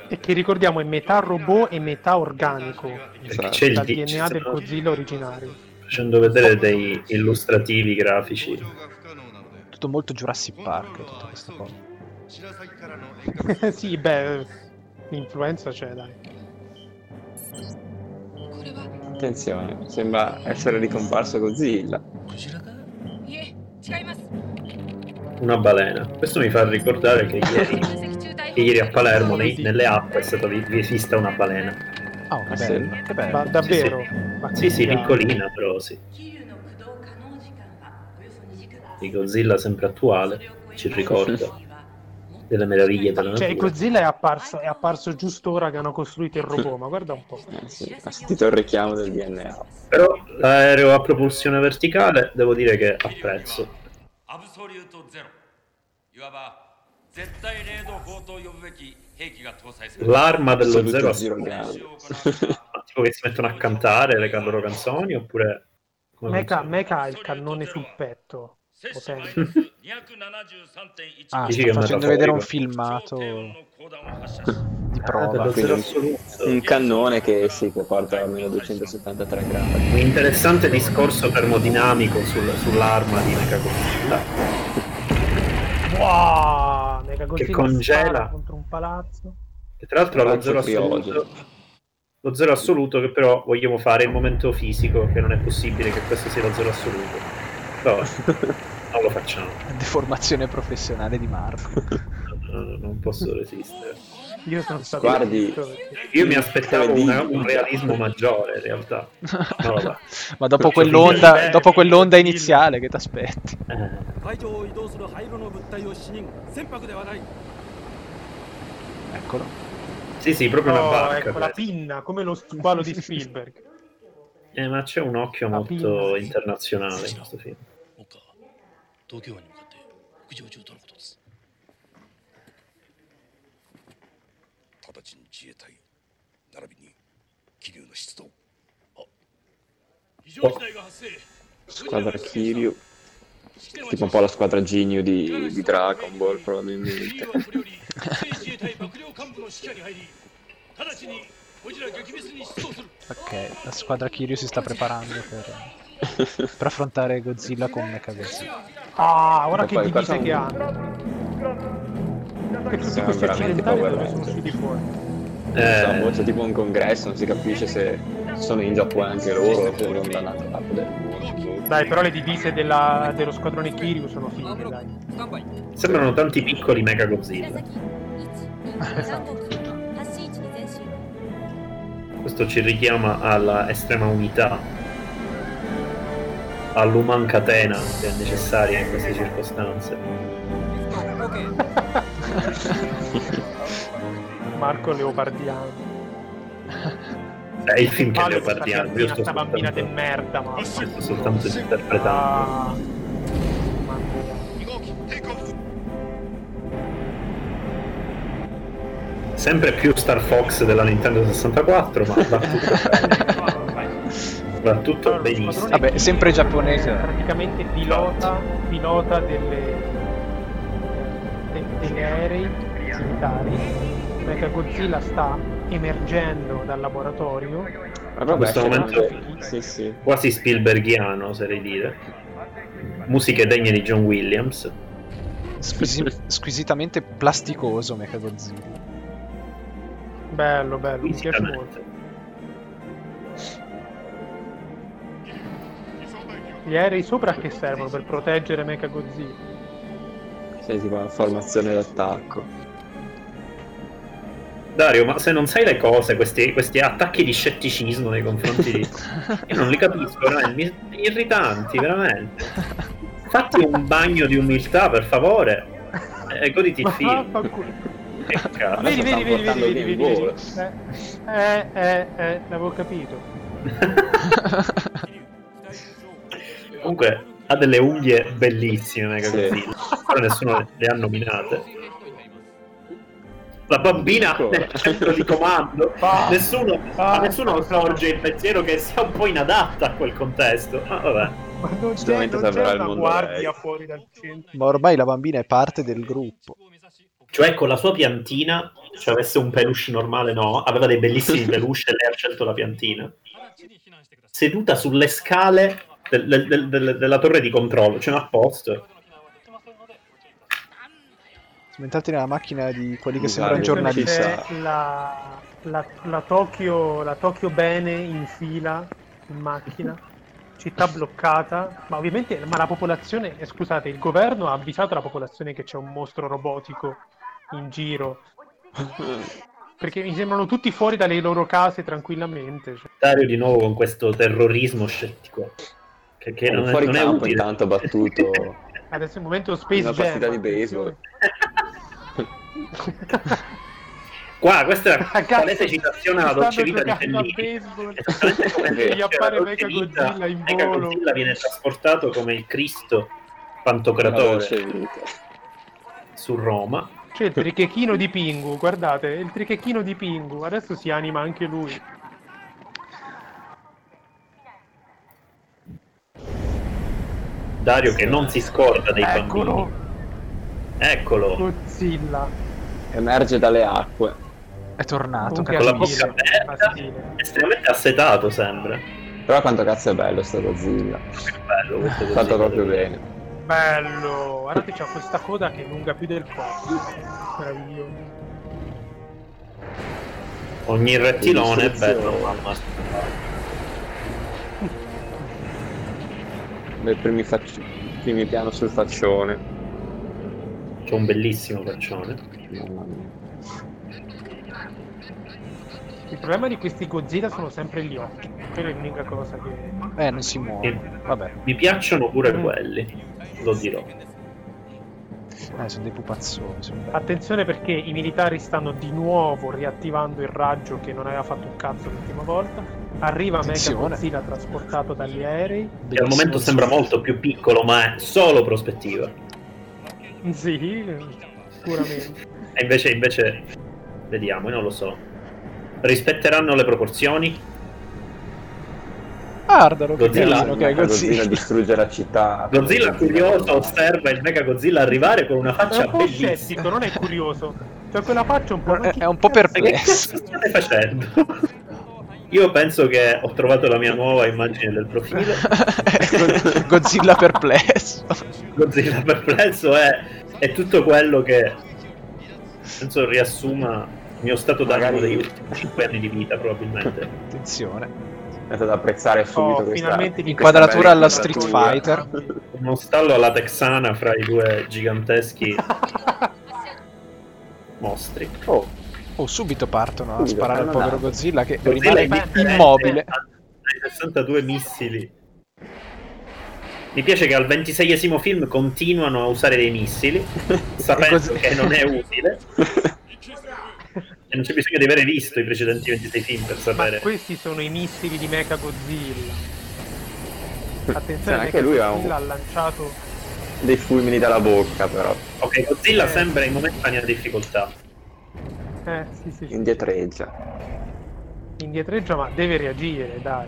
E che ricordiamo è metà robot e metà organico, Perché Esatto. c'è il dal di- ci DNA del stanno Godzilla originario. facendo vedere dei illustrativi grafici. 搭乗が不可能なので Tutto molto Jurassic コントロー Park, ルは tutta 一 questa 層 cosa. 白崎からの遠隔操作 sì, beh, l'influenza c'è, dai. これは Attenzione, sembra essere ricomparso Godzilla. ゴジラかいえ違います Una balena. Questo mi fa ricordare che ieri, 分析中逮捕 che ieri a Palermo nei- nelle app è stata vi, vi è vista una balena. Ah, oh, che Ah, sì? bello, che bello. Ma davvero? Ma Sì, sì, che- piccolina però sì. 桐生の駆動可能時間はおよそ2時間 Di Godzilla sempre attuale. Ci ricorda delle meraviglie della Cioè, natura. Godzilla è apparso, è apparso giusto ora che hanno costruito il robot, ma guarda un po'. Eh sì, ha sentito il richiamo del DNA. Però l'aereo a propulsione verticale devo dire che apprezzo. アブソリュートゼロいわば絶対零度法と呼ぶべき兵器が搭載された L'arma dello Assoluto zero zero assoluto. grado. Ma tipo che si mettono a cantare le can- loro canzoni oppure... come Mecha, funziona? Mecha ha il cannone sul petto. 摂氏マイナス273.1 Ah, Dici sto che è metaforico. facendo vedere un 超 filmato 低温の di 高弾を発射 Ah, し dello prova. zero quindi- assoluto. Un cannone che sì, che porta almeno 273 gradi. Un interessante discorso termodinamico sul- sull'arma di Mecha Godzilla. Wow, Mega Godzilla congela. spara contro un palazzo. E tra l'altro allo Palazzo zero Friologio. assoluto lo zero assoluto che però vogliamo fare il momento fisico, che non è possibile che questo sia lo zero assoluto. Però non lo facciamo. Deformazione professionale di Marco. non posso resistere. Io sono stato Guardi, Io mi aspettavo una- un realismo maggiore in realtà. No, vabbè. Ma dopo Perché quell'onda, finisce- dopo quell'onda iniziale che ti aspetti. Eh, 海上を移動する灰色の物体を視認船舶ではない Eccolo. Sì, sì, proprio una Oh, barca. ecco, la pinna, come lo squalo di Spielberg. Eh, ma c'è un occhio molto internazionale in questo film. 東京湾に向かって北上中とのことです直ちに自衛隊並びに気流の出動異常事態が発生 Squadra Kiryu. Tipo un po' la squadra Ginyu di, di Dragon Ball, probabilmente. 自衛隊幕僚幹部の指揮下に入り直ちにこちら撃滅に出動する Ok, la squadra Kiryu si sta preparando per, per affrontare Godzilla con Mechagodzilla. Ah, ora Ma che poi divise qua che sono- hanno. Questi, Siamo questi veramente occidentali dove poverelli. sono usciti fuori? Eh... so, boh, c'è tipo un congresso, non si capisce se sono in Giappone anche loro o sono da un'altra parte del mondo. Dai, però le divise della- dello squadrone Kiryu sono fighe, dai. Sembrano tanti piccoli Mega Godzilla. 発進位置に前進 Questo ci richiama alla estrema unità, all'uman catena che è necessaria in queste circostanze. Marco Leopardiano. È il film che Palle ne questa parliamo, io bambina, sto sta bambina soltanto, di merda, ma. sto soltanto interpretando. Sempre più Star Fox della Nintendo 64, ma va tutto bene. Va tutto benissimo. Vabbè, sempre giapponese. Praticamente pilota, pilota delle, de- degli aerei militari. Mecha Godzilla sta emergendo dal laboratorio. in questo momento sì. quasi Spielbergiano, oserei dire. Musiche degne di John Williams. Squisi- squisitamente plasticoso Mechagodzilla. Bello, bello, mi piace Fisicamente. molto. Gli aerei sopra a che servono per proteggere Mecha Godzilla? Sei tipo la formazione d'attacco. Dario, ma se non sai le cose, questi, questi attacchi di scetticismo nei confronti di... Io non li capisco, veramente, mi- irritanti, veramente. Fatti un bagno di umiltà, per favore, e goditi il film. Che cazzo. Vedi, vedi, vedi, vedi, vedi, vedi, vedi. Eh, eh, eh, eh, l'avevo capito. Comunque, ha delle unghie bellissime, Mega Sì. Godzilla. Però nessuno le- le ha nominate. La bambina Ancora. nel centro di comando. Nessuno, a nessuno sorge il pensiero che sia un po' inadatta a quel contesto. Ma vabbè. Ma non c'è, Sicuramente non salverà c'è il una mondo guardia lei. fuori dal centro. Ma ormai la bambina è parte del gruppo. Cioè, con la sua piantina, se avesse un peluche normale, no, aveva dei bellissimi peluche e lei ha scelto la piantina. Seduta sulle scale del- del- del- del- della torre di controllo, c'è un apposto. Siamo entrati nella macchina di quelli che Scusate, sembrano giornalisti. C'è la, la, la Tokyo, la Tokyo Bene in fila, in macchina, città bloccata, ma ovviamente ma la popolazione, eh, scusate, il governo ha avvisato la popolazione che c'è un mostro robotico in giro, perché mi sembrano tutti fuori dalle loro case tranquillamente. cioè. Dario di nuovo con questo terrorismo scettico. Che, che non, è- fuori non è campo utile. intanto ha battuto Adesso è il momento Space una Jam. partita di baseball. Qua, questa è una Ragazzi, palese Cioè, citazione alla stanno dolce vita di giocando a Fellini. baseball. Esattamente come Gli Fellini, appare la dolce Mega vita, Godzilla in Mega volo. Godzilla viene trasportato come il Cristo Allora, pantocratore c'è il- su Roma. C'è Cioè, il trichechino di Pingu, guardate, il trichechino di Pingu, adesso si anima anche lui. Dario che non si scorda dei Eccolo. bambini. Eccolo, Godzilla. Emerge dalle acque. È tornato. con la bocca aperta, estremamente assetato sembra. Però quanto cazzo è bello sto Godzilla. Bello questo Godzilla. Fatto proprio bene. Bello! Guardate, c'ha questa coda che è lunga più del corpo. Meraviglioso. Ogni rettilone è bello, mamma. Nel primi, facci- primi piano sul faccione. C'è un bellissimo faccione. Il problema di questi Godzilla sono sempre gli occhi. Quella è l'unica cosa che. Eh, non si muove. Vabbè. Mi piacciono pure Mm. quelli, lo dirò. Eh, sono dei pupazzoni. Sono belli. Attenzione perché i militari stanno di nuovo riattivando il raggio che non aveva fatto un cazzo l'ultima volta. Arriva Mega Attenzione. Godzilla trasportato dagli aerei. Che al momento sembra molto più piccolo, ma è solo prospettiva. Sì, sicuramente. E invece, invece, vediamo, io non lo so. Rispetteranno le proporzioni? Guardalo, che Godzilla. carino che è Godzilla Godzilla. Cioè, distrugge la città. Godzilla curioso osserva il Mega Godzilla arrivare con una È faccia un po' bellissima. scettico, non è curioso. Cioè quella faccia è un po'. ma chi È un po' Che perplesso. cazzo state facendo? Io penso che ho trovato la mia nuova immagine del profilo. Godzilla perplesso. Godzilla perplesso è, è tutto quello che penso riassuma il mio stato d'animo degli ultimi 5 anni di vita, probabilmente. Attenzione. È stato da apprezzare subito questa finalmente di- Inquadratura Oh, alla questa bella Street inquadratura. Fighter. Uno stallo alla texana fra i due giganteschi mostri. Oh, Oh, subito partono a Subito, sparare al hanno povero dato. Godzilla che Godzilla rimane è eh. indifferente immobile. ai 62 missili. Mi piace che al 26esimo film continuano a usare dei missili, sapendo che non è utile. E non c'è bisogno di avere visto i precedenti 26 film per sapere. Questi sono i missili di Mega Godzilla. Cioè, Attenzione, anche Mecha lui ha un- Godzilla ha lanciato. dei fulmini dalla bocca, però. Ok, Godzilla sembra in momentanea difficoltà. Eh, sì, sì, sì. Indietreggia. Indietreggia, ma deve reagire, dai.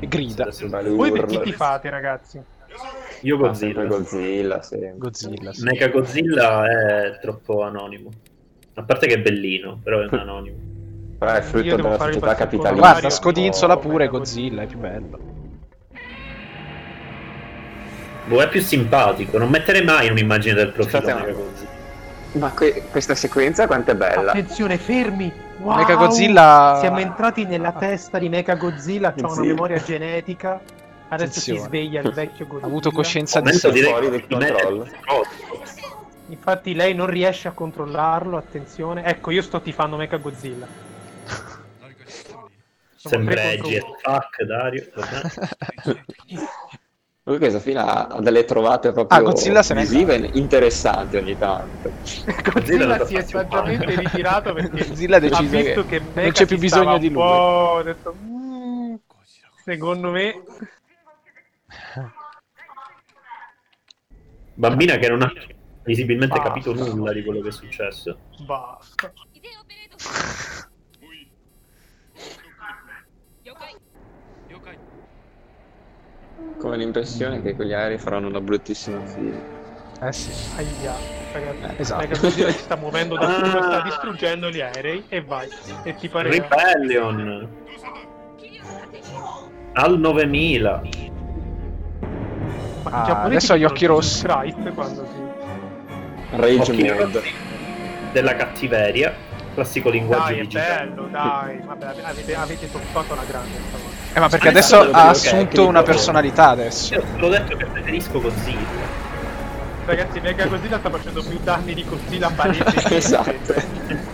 Grida. Voi per chi ti fate, ragazzi? Io Ah, sempre Godzilla, sì. Godzilla, sì. Mega Godzilla è troppo anonimo. A parte che è bellino, però è un anonimo. Però è Io frutto devo della fare il società pezzo capitalista. Guarda, scodinzola pure Godzilla, è più bello. Boh, è più simpatico. Non metterei mai un'immagine del profilo Aspetta, Mega ma- Godzilla. Ma que- questa sequenza quanto è bella. Attenzione, fermi! Wow! Mecha Godzilla- Siamo entrati nella testa di Mega Godzilla, c'ha una Godzilla. memoria genetica. Adesso si Attenzione. sveglia il vecchio Godzilla. Ha avuto coscienza di Momento sé. direi fuori di del mettere controllo. il controllo. Infatti lei non riesce a controllarlo, attenzione. Ecco, io sto tifando Mecha Godzilla. Sembra tre contro Edgy as fuck, Dario. Lui questa fila ha- ha delle trovate proprio Ah, Godzilla se n'è visive interessanti ogni tanto. Godzilla si è saggiamente ritirato perché Godzilla ha deciso ha visto che che, non c'è più bisogno di lui. Oh, ho detto, "Mm, secondo me Bambina che non ha visibilmente Basta. capito nulla di quello che è successo. basta. Come l'impressione che quegli aerei faranno una bruttissima fila. Eh sì. Aia, ragazzi, Eh, esatto. Mega Godzilla si sta muovendo da tutto, Ah. sta distruggendo gli aerei e vai. E ti pareva. Rebellion al 9000. Ma i Ah, giapponesi adesso ha gli occhi dicono rossi. Jesus Christ quando si... Rage Occhi mode. rossi della cattiveria, classico linguaggio Dai, è di Giappone. bello, dai. Vabbè, avete, avete toccato la grande stavolta. Eh, ma perché Ah, adesso esatto, ha ok, assunto quindi una proprio- personalità adesso. Io te l'ho detto che preferisco Godzilla. Ragazzi, Mega Godzilla sta facendo più danni di Godzilla palesemente. Esatto.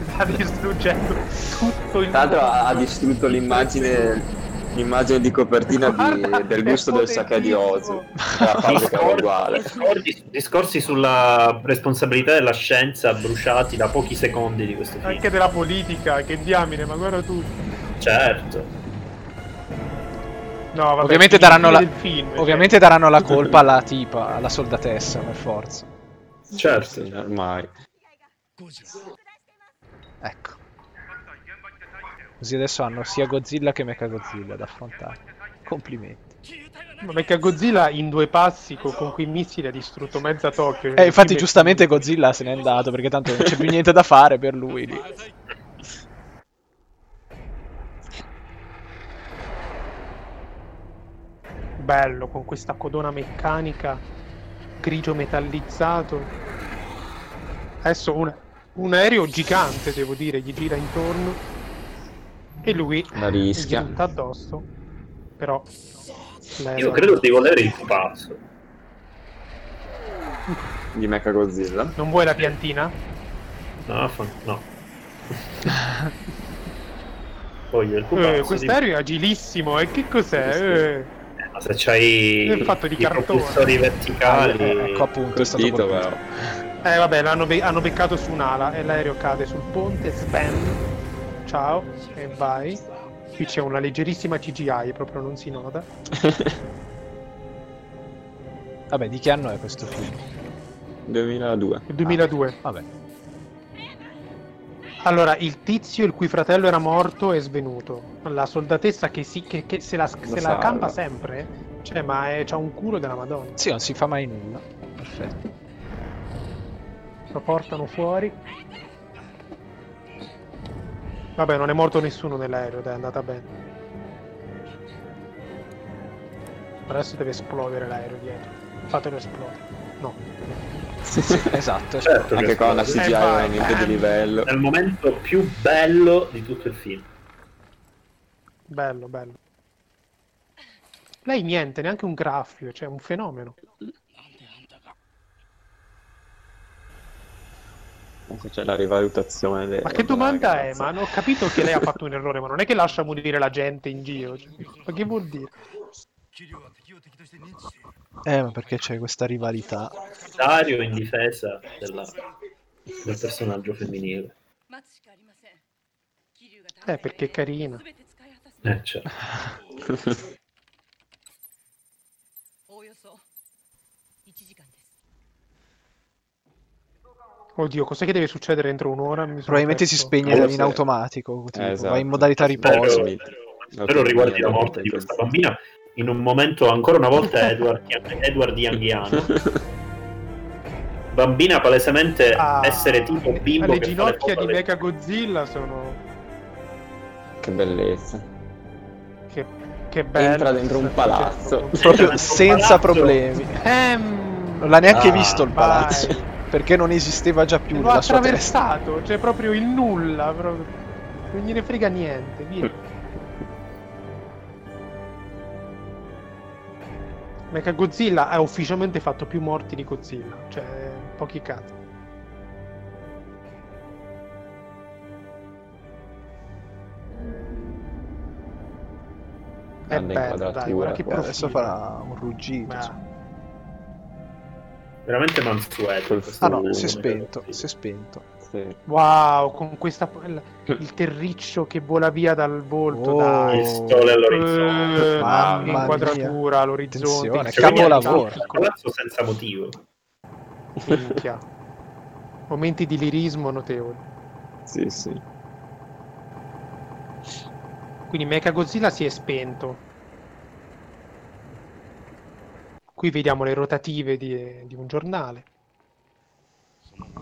Sta distruggendo tutto il Tra l'altro ha ha distrutto l'immagine l'immagine di copertina di- del gusto del sake di Ozu. La fabbrica era uguale. Discorsi, discorsi sulla responsabilità della scienza bruciati da pochi secondi di questo film. anche della politica, che diamine, ma guarda tu. Certo. No, vabbè, Ovviamente finiamo daranno, la... del film, cioè. Ovviamente daranno la colpa alla tipa, alla soldatessa, per forza. Certo, ormai. Ecco. Così adesso hanno sia Godzilla che Mecha Godzilla da affrontare. Complimenti. Ma Mecha Godzilla in due passi con, con quei missili ha distrutto mezza Tokyo. E Eh, infatti giustamente Godzilla se n'è andato perché tanto non c'è più niente da fare per lui lì. Bello, con questa codona meccanica, grigio metallizzato. Adesso un, un aereo gigante, devo dire, gli gira intorno. E lui Una rischia. gli butta addosso. Però Io credo di volere il pupazzo. Di Mechagodzilla. Non vuoi la piantina? No, fa- no. Voglio il pupazzo. Eh, quest'aereo è agilissimo, e che cos'è? Eh. di- Ma se c'hai è fatto di i cartone. propulsori Ah, verticali... Ecco appunto, è stato colpito, colpito. però. Eh, Eh, vabbè, l'hanno be- hanno beccato su un'ala e l'aereo cade sul ponte, spam, ciao, e vai. Qui c'è una leggerissima CGI, proprio non si nota. Vabbè, di che anno è questo film? 2002. Il 2002. Vabbè. Allora, il tizio il cui fratello era morto è svenuto. La soldatessa che, si, che, che se la, se la salva. campa sempre, cioè, ma è, c'ha un culo della Madonna. Sì, non si fa mai nulla. Perfetto. Lo portano fuori. Vabbè, non è morto nessuno nell'aereo, dai, è andata bene. Adesso deve esplodere l'aereo dietro. Fatelo esplodere. No. esatto. Certo, anche qua una CGI Eh, vai, veramente di bam. livello. È il momento più bello di tutto il film. Bello, bello. Lei niente, neanche un graffio, cioè un fenomeno. Adesso C'è la rivalutazione del... Eh, Ma che domanda è? Ma hanno capito che lei ha fatto un errore, ma non è che lascia morire la gente in giro. cioè, ma che vuol dire? Eh, ma perché c'è questa rivalità? Dario in difesa della- del personaggio femminile. Eh, perché è carina. Eh, certo. Oddio, cos'è che deve succedere entro un'ora? Mi sono Probabilmente si perso. spegne in automatico, tipo, va in modalità Spero- riposo. Spero riguardi la morte di questa bambina in un momento ancora una volta Edward, Edward Youngiano. Bambina palesemente Ah, essere tipo Ma bimbo le che fa le ginocchia di foto alle- Mecha Godzilla sono. Che bellezza. Che, che bello. Entra dentro un palazzo. Proprio Esatto. senza problemi. Ehm, Non l'ha neanche Ah, visto il vai. palazzo. Perché non esisteva già più Lo ha nella sua testa. attraversato, cioè proprio il nulla. proprio. Non gliene frega niente. Via. Mecha Godzilla ha ufficialmente fatto più morti di Godzilla. Cioè, pochi cazzo. Grande bello, dai, guarda inquadratura. che guarda. Eh, Adesso farà un ruggito. Veramente mansueto. questo Ah no, uomo. si è spento, si è spento. Wow, con questa il, il terriccio che vola via dal volto, Oh. dai. Il sole all'orizzonte. Eh, Mamma che mia. inquadratura all'orizzonte. Attenzione, il sole capolavoro. al Cioè, Un palazzo senza motivo. cielo, minchia. Momenti di lirismo notevoli. Sì, sì. Quindi Mecha Godzilla si è spento. Qui vediamo le rotative di, di un giornale.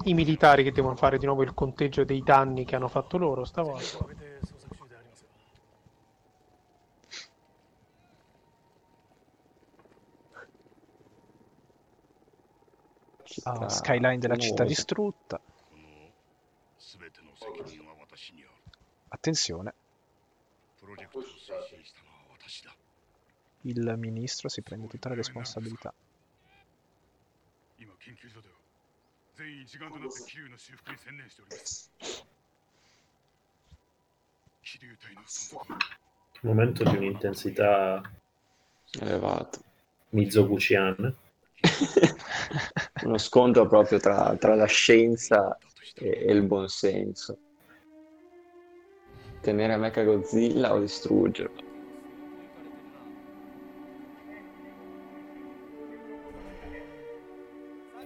I militari che devono fare di nuovo il conteggio dei danni che hanno fatto loro stavolta. Ah, skyline della città distrutta. Attenzione, プロジェクトを推進したのは私だ il ministro si prende tutta la responsabilità. 今研究所では全員一丸となって桐生の修復に専念しております桐生隊の存続 Un momento di un'intensità elevata. Mizoguchian. Uno scontro proprio tra, tra la scienza e, e il buonsenso. Tenere Mecha Godzilla o distruggerlo?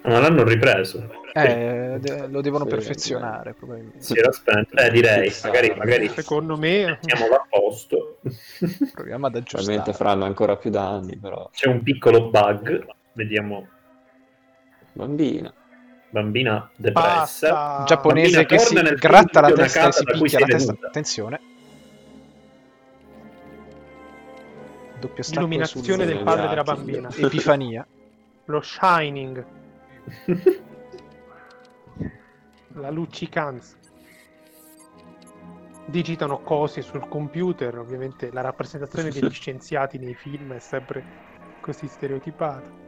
Ma l'hanno ripreso. Eh, de- lo devono Sì, perfezionare probabilmente. Si era spento. Eh, direi. Sì, Magari, sì. magari Secondo me siamo a posto. Proviamo ad Probabilmente aggiustare. faranno ancora più danni, però. C'è un piccolo bug. Vediamo. Bambina. Bambina Basta. depressa. Giapponese Bambina che si torna nel gratta punto la di una testa e casa si da cui picchia la sei testa. venuta. Attenzione. Doppio stacco Illuminazione sul- del padre della bambina. Epifania. Lo shining. La luccicanza. digitano cose sul computer, ovviamente la rappresentazione degli scienziati nei film è sempre così stereotipata.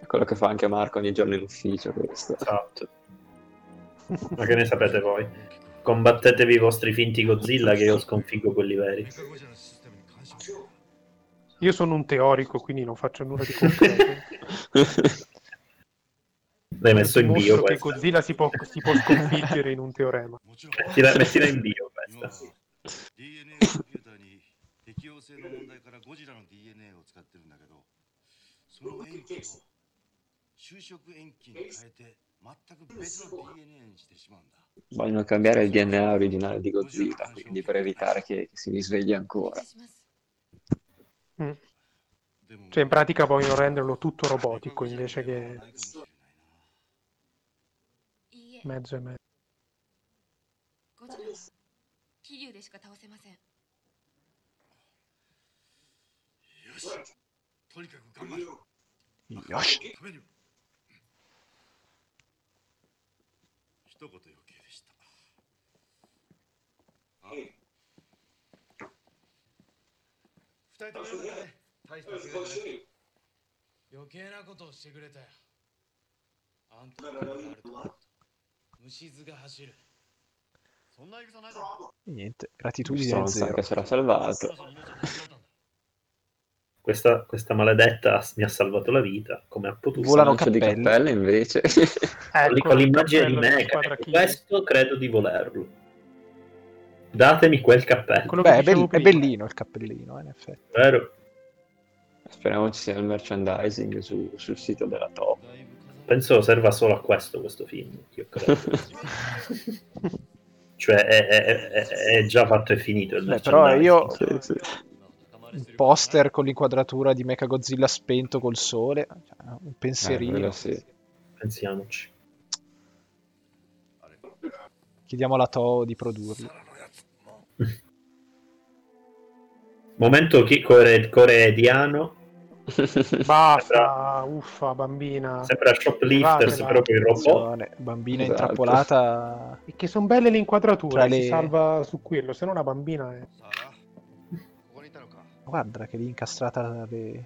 È quello che fa anche Marco ogni giorno in ufficio. Questo. Esatto. Ma che ne sapete voi? Combattetevi i vostri finti Godzilla che io sconfiggo quelli veri. Io sono un teorico, quindi non faccio nulla di concreto. L'hai messo in bio Dimostro che questa. Godzilla si può, si può sconfiggere in un teorema. Ti l'hai messa in bio questa. 適応性の問題からゴジラの DNA を使ってるんだけどその塩基を就職塩基に変えて全く別の DNA にしてしまうんだ Vogliono cambiare il DNA originale di Godzilla, quindi per evitare che, che si risvegli ancora. Cioè, in pratica vogliono renderlo tutto robotico invece che mezzo e mezzo. ゴジラは気流でしか倒せませんよしとにかく頑張るよし食べる一言余計でしたあ二人ともよかったね大した仕事だね余計なことをしてくれたよあんたがあると思った虫図が走るそんな戦ないだろ E niente, gratitudine Questo a zero. che sarà salvato. Questa, questa maledetta s- mi ha salvato la vita come ha potuto. Volano Lancio di cappelle. cappelle, invece. Lì con l'immagine di cappello della me, Ecco, squadra Kiwi. questo credo di volerlo. Datemi quel cappello. Beh, è, bell- è bellino il cappellino, eh, in effetti. Vero? Speriamo ci sia il merchandising su- sul sito della Top. Penso serva solo a questo questo film, io credo. cioè è, è- è- è già fatto e finito il Beh, però merchandising. io un poster con l'inquadratura di Mechagodzilla spento col sole, cioè, un pensierino. Pensiamoci. Chiediamo alla Toho di produrlo. Momento chi- core- corediano. Basta, uffa, bambina. Sembra shoplifters, Levatela. però con i robot. Attenzione, Bambina Esatto. intrappolata. E che sono belle le Tra inquadrature, le- si salva su quello, se no una bambina è... Guarda che lì è incastrata le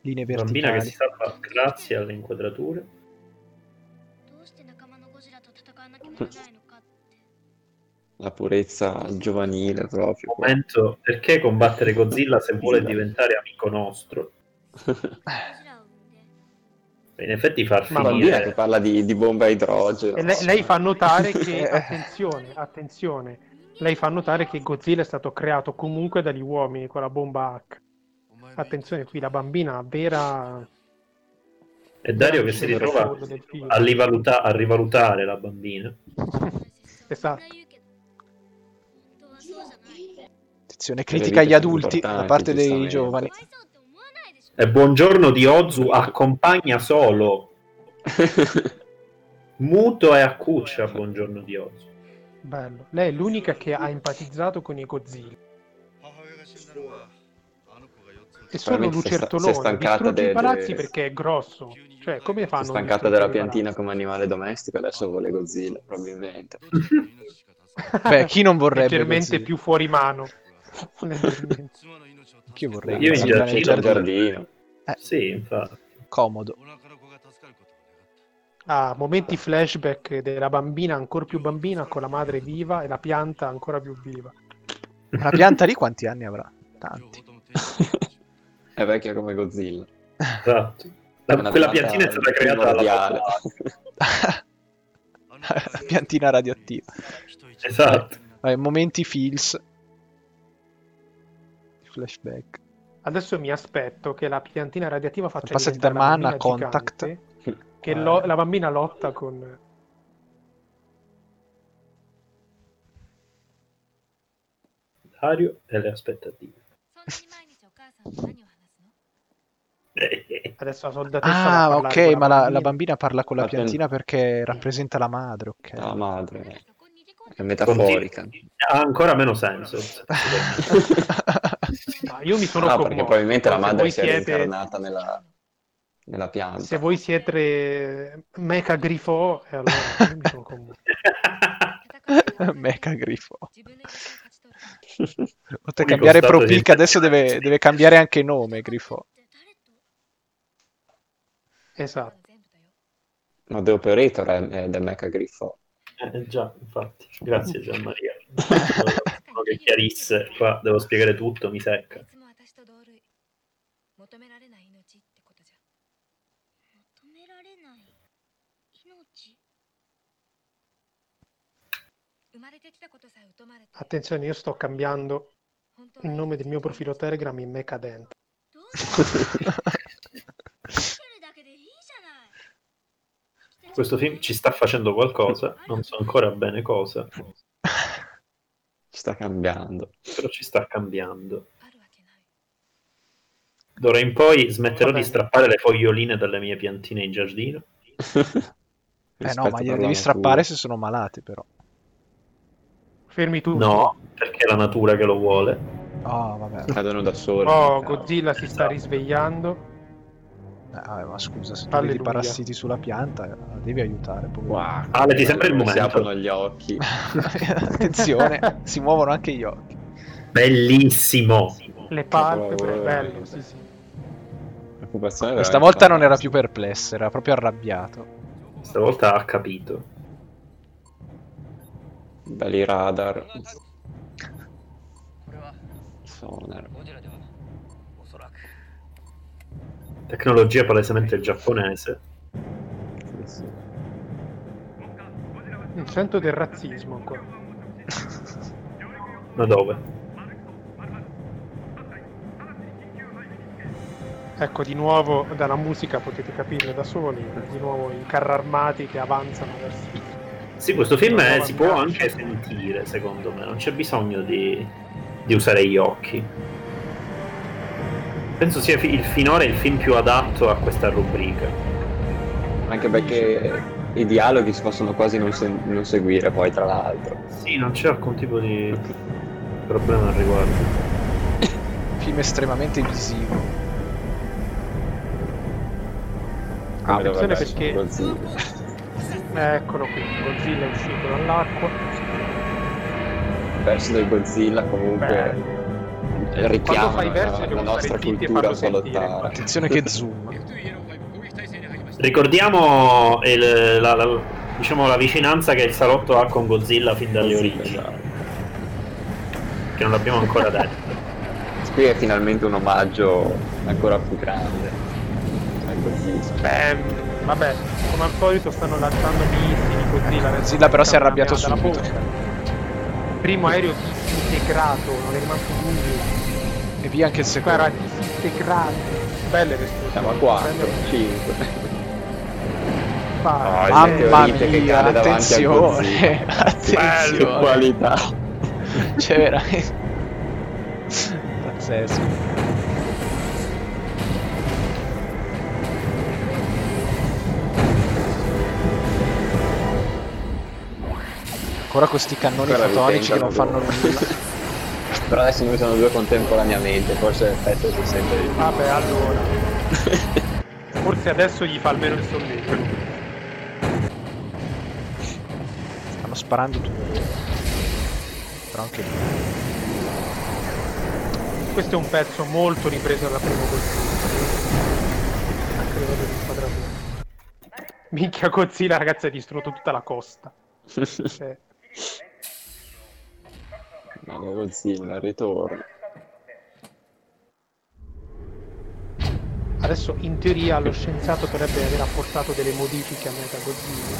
linee Bambina che si verticali. salva grazie alle inquadrature. どうして仲間のゴジラと戦わなきゃならないのか La purezza giovanile proprio. Momento, perché combattere Godzilla se vuole diventare amico nostro? In effetti far Ma bambina finire che parla di, di bomba a idrogeno. E lei, lei fa notare che, attenzione, attenzione, lei fa notare che Godzilla è stato creato comunque dagli uomini con la bomba H. Attenzione, qui la bambina vera... è Dario che si ritrova a, rivaluta- a rivalutare la bambina. Esatto. Attenzione, Delle critica agli vite sono adulti da importanti, parte dei giustamente. giovani. E buongiorno di Ozu accompagna solo. Muto e accuccia, buongiorno di Ozu. Bello. Lei è l'unica che ha empatizzato con i Godzilla. E solo Veramente si è sta- si è lucertolone, stancata distrugge i de- palazzi de- perché è grosso. Cioè, come fanno? Si a è stancata della distruggere i palazzi? piantina come animale domestico, adesso vuole Godzilla, probabilmente. Beh, chi non vorrebbe Leggermente Godzilla? più fuori mano. Leggermente. Chi vorrebbe Io in Godzilla nel giardino. giardino? Eh. Sì, infatti. Comodo. Ah, momenti flashback della bambina ancora più bambina con la madre viva e la pianta ancora più viva. Ma La pianta lì quanti anni avrà? Tanti. È vecchia come Godzilla. Esatto. La- È una quella pianta piantina è stata creata dalla primordiale. La piantina radioattiva. Esatto. Vabbè, momenti feels. Flashback. Adesso mi aspetto che la piantina radioattiva faccia Passati da diventare una Manna a bambina Contact. Eh. gigante, che lo- la bambina lotta con... Dario e le aspettative. Adesso la soldatessa va a Ah, parlare ok, con ma la, la bambina. bambina parla con la La pian- piantina perché rappresenta la madre, ok. La madre. È metaforica. Ha ancora meno senso. Ma io mi sono No, perché commosso. probabilmente la Se madre voi si è siete- reincarnata nella, nella pianta. Se voi eh, siete Mecha Grifo, e allora io mi sono commosso. Mecha Grifo. Potete Unico cambiare stato di- ProPic, adesso deve, deve cambiare anche nome, Grifo. Esatto. Ma The Operator è, è del Mecha Griffo. Eh, già, infatti. Grazie Gianmaria. Uno che chiarisse, qua devo spiegare tutto, mi secca. 求められない命ってことじゃ求められない命生まれてきたことさえ疎まれて Attenzione, io sto cambiando il nome del mio profilo Telegram in Mecadent. Questo film ci sta facendo qualcosa, non so ancora bene cosa, Sta cambiando. però ci sta cambiando. D'ora in poi smetterò di strappare le foglioline dalle mie piantine in giardino. Eh no, ma gliele devi strappare se sono malati, però. Fermi tu. No, perché è la natura che lo vuole. Oh, vabbè. Cadono da soli. Oh, Godzilla si sta risvegliando. Eh, vabbè, ma scusa, se tu Alleluia. vedi eh. i parassiti sulla pianta, la devi aiutare. povero. Ale, ti sembra il Come Si momento? aprono gli occhi. Attenzione, si muovono anche gli occhi. Bellissimo! Le palpebre, eh. bello, sì, sì. Preoccupazione Questa veramente volta non era più perplesso, era proprio arrabbiato. Stavolta ha capito. Belli radar. Sonar. Tecnologia palesemente giapponese. Il centro del razzismo ancora. Ma dove? Ecco, di nuovo dalla musica potete capirlo da soli, di nuovo i carri armati che avanzano verso... Sì, questo film è- si può anche sentire, secondo me. Non c'è bisogno di, di usare gli occhi. Penso sia fi- il, finora il film più adatto a questa rubrica. Anche perché i dialoghi si possono quasi non, sen- non seguire poi, tra l'altro. Sì, non c'è alcun tipo di problema al riguardo. Film estremamente visivo. Ah, Attenzione perché... Eccolo qui, Godzilla è uscito dall'acqua. verso del Godzilla comunque richiama Quando fai versi la, devo nostra stare zitti e cultura farlo solitaria. Attenzione che zoom. Ricordiamo il- la, la- diciamo, la vicinanza che il salotto ha con Godzilla fin dalle esatto. origini. Che non l'abbiamo ancora detto. Qui è finalmente un omaggio ancora più grande al Godzilla. Beh, vabbè, come al solito stanno lanciando missili Godzilla. Godzilla però si è arrabbiato Dalla subito. bomba. Primo aereo disintegrato, non è rimasto nulla. E via anche il Era secondo. disintegrato. Belle le esplosioni. Siamo a 4, 5. Fa- il Mamma meteorite eh, che mia, cade davanti al attenzione, Godzilla. attenzione. Che qualità. Cioè, veramente. Pazzesco. Ancora questi cannoni Ancora fotonici che non ritentano fanno due. nulla. Però adesso ne usano due contemporaneamente, forse l'effetto si sente di più. Vabbè, allora. Forse adesso gli fa almeno il solletico. Stanno sparando tutto. Però anche lì. Questo è un pezzo molto ripreso dalla prima Godzilla. Anche a livello di inquadratura. Minchia Godzilla, ragazzi, ha distrutto tutta la costa. Eh, Ma lo Godzilla, ritorno. Adesso in teoria lo scienziato dovrebbe aver apportato delle modifiche a Mega Godzilla.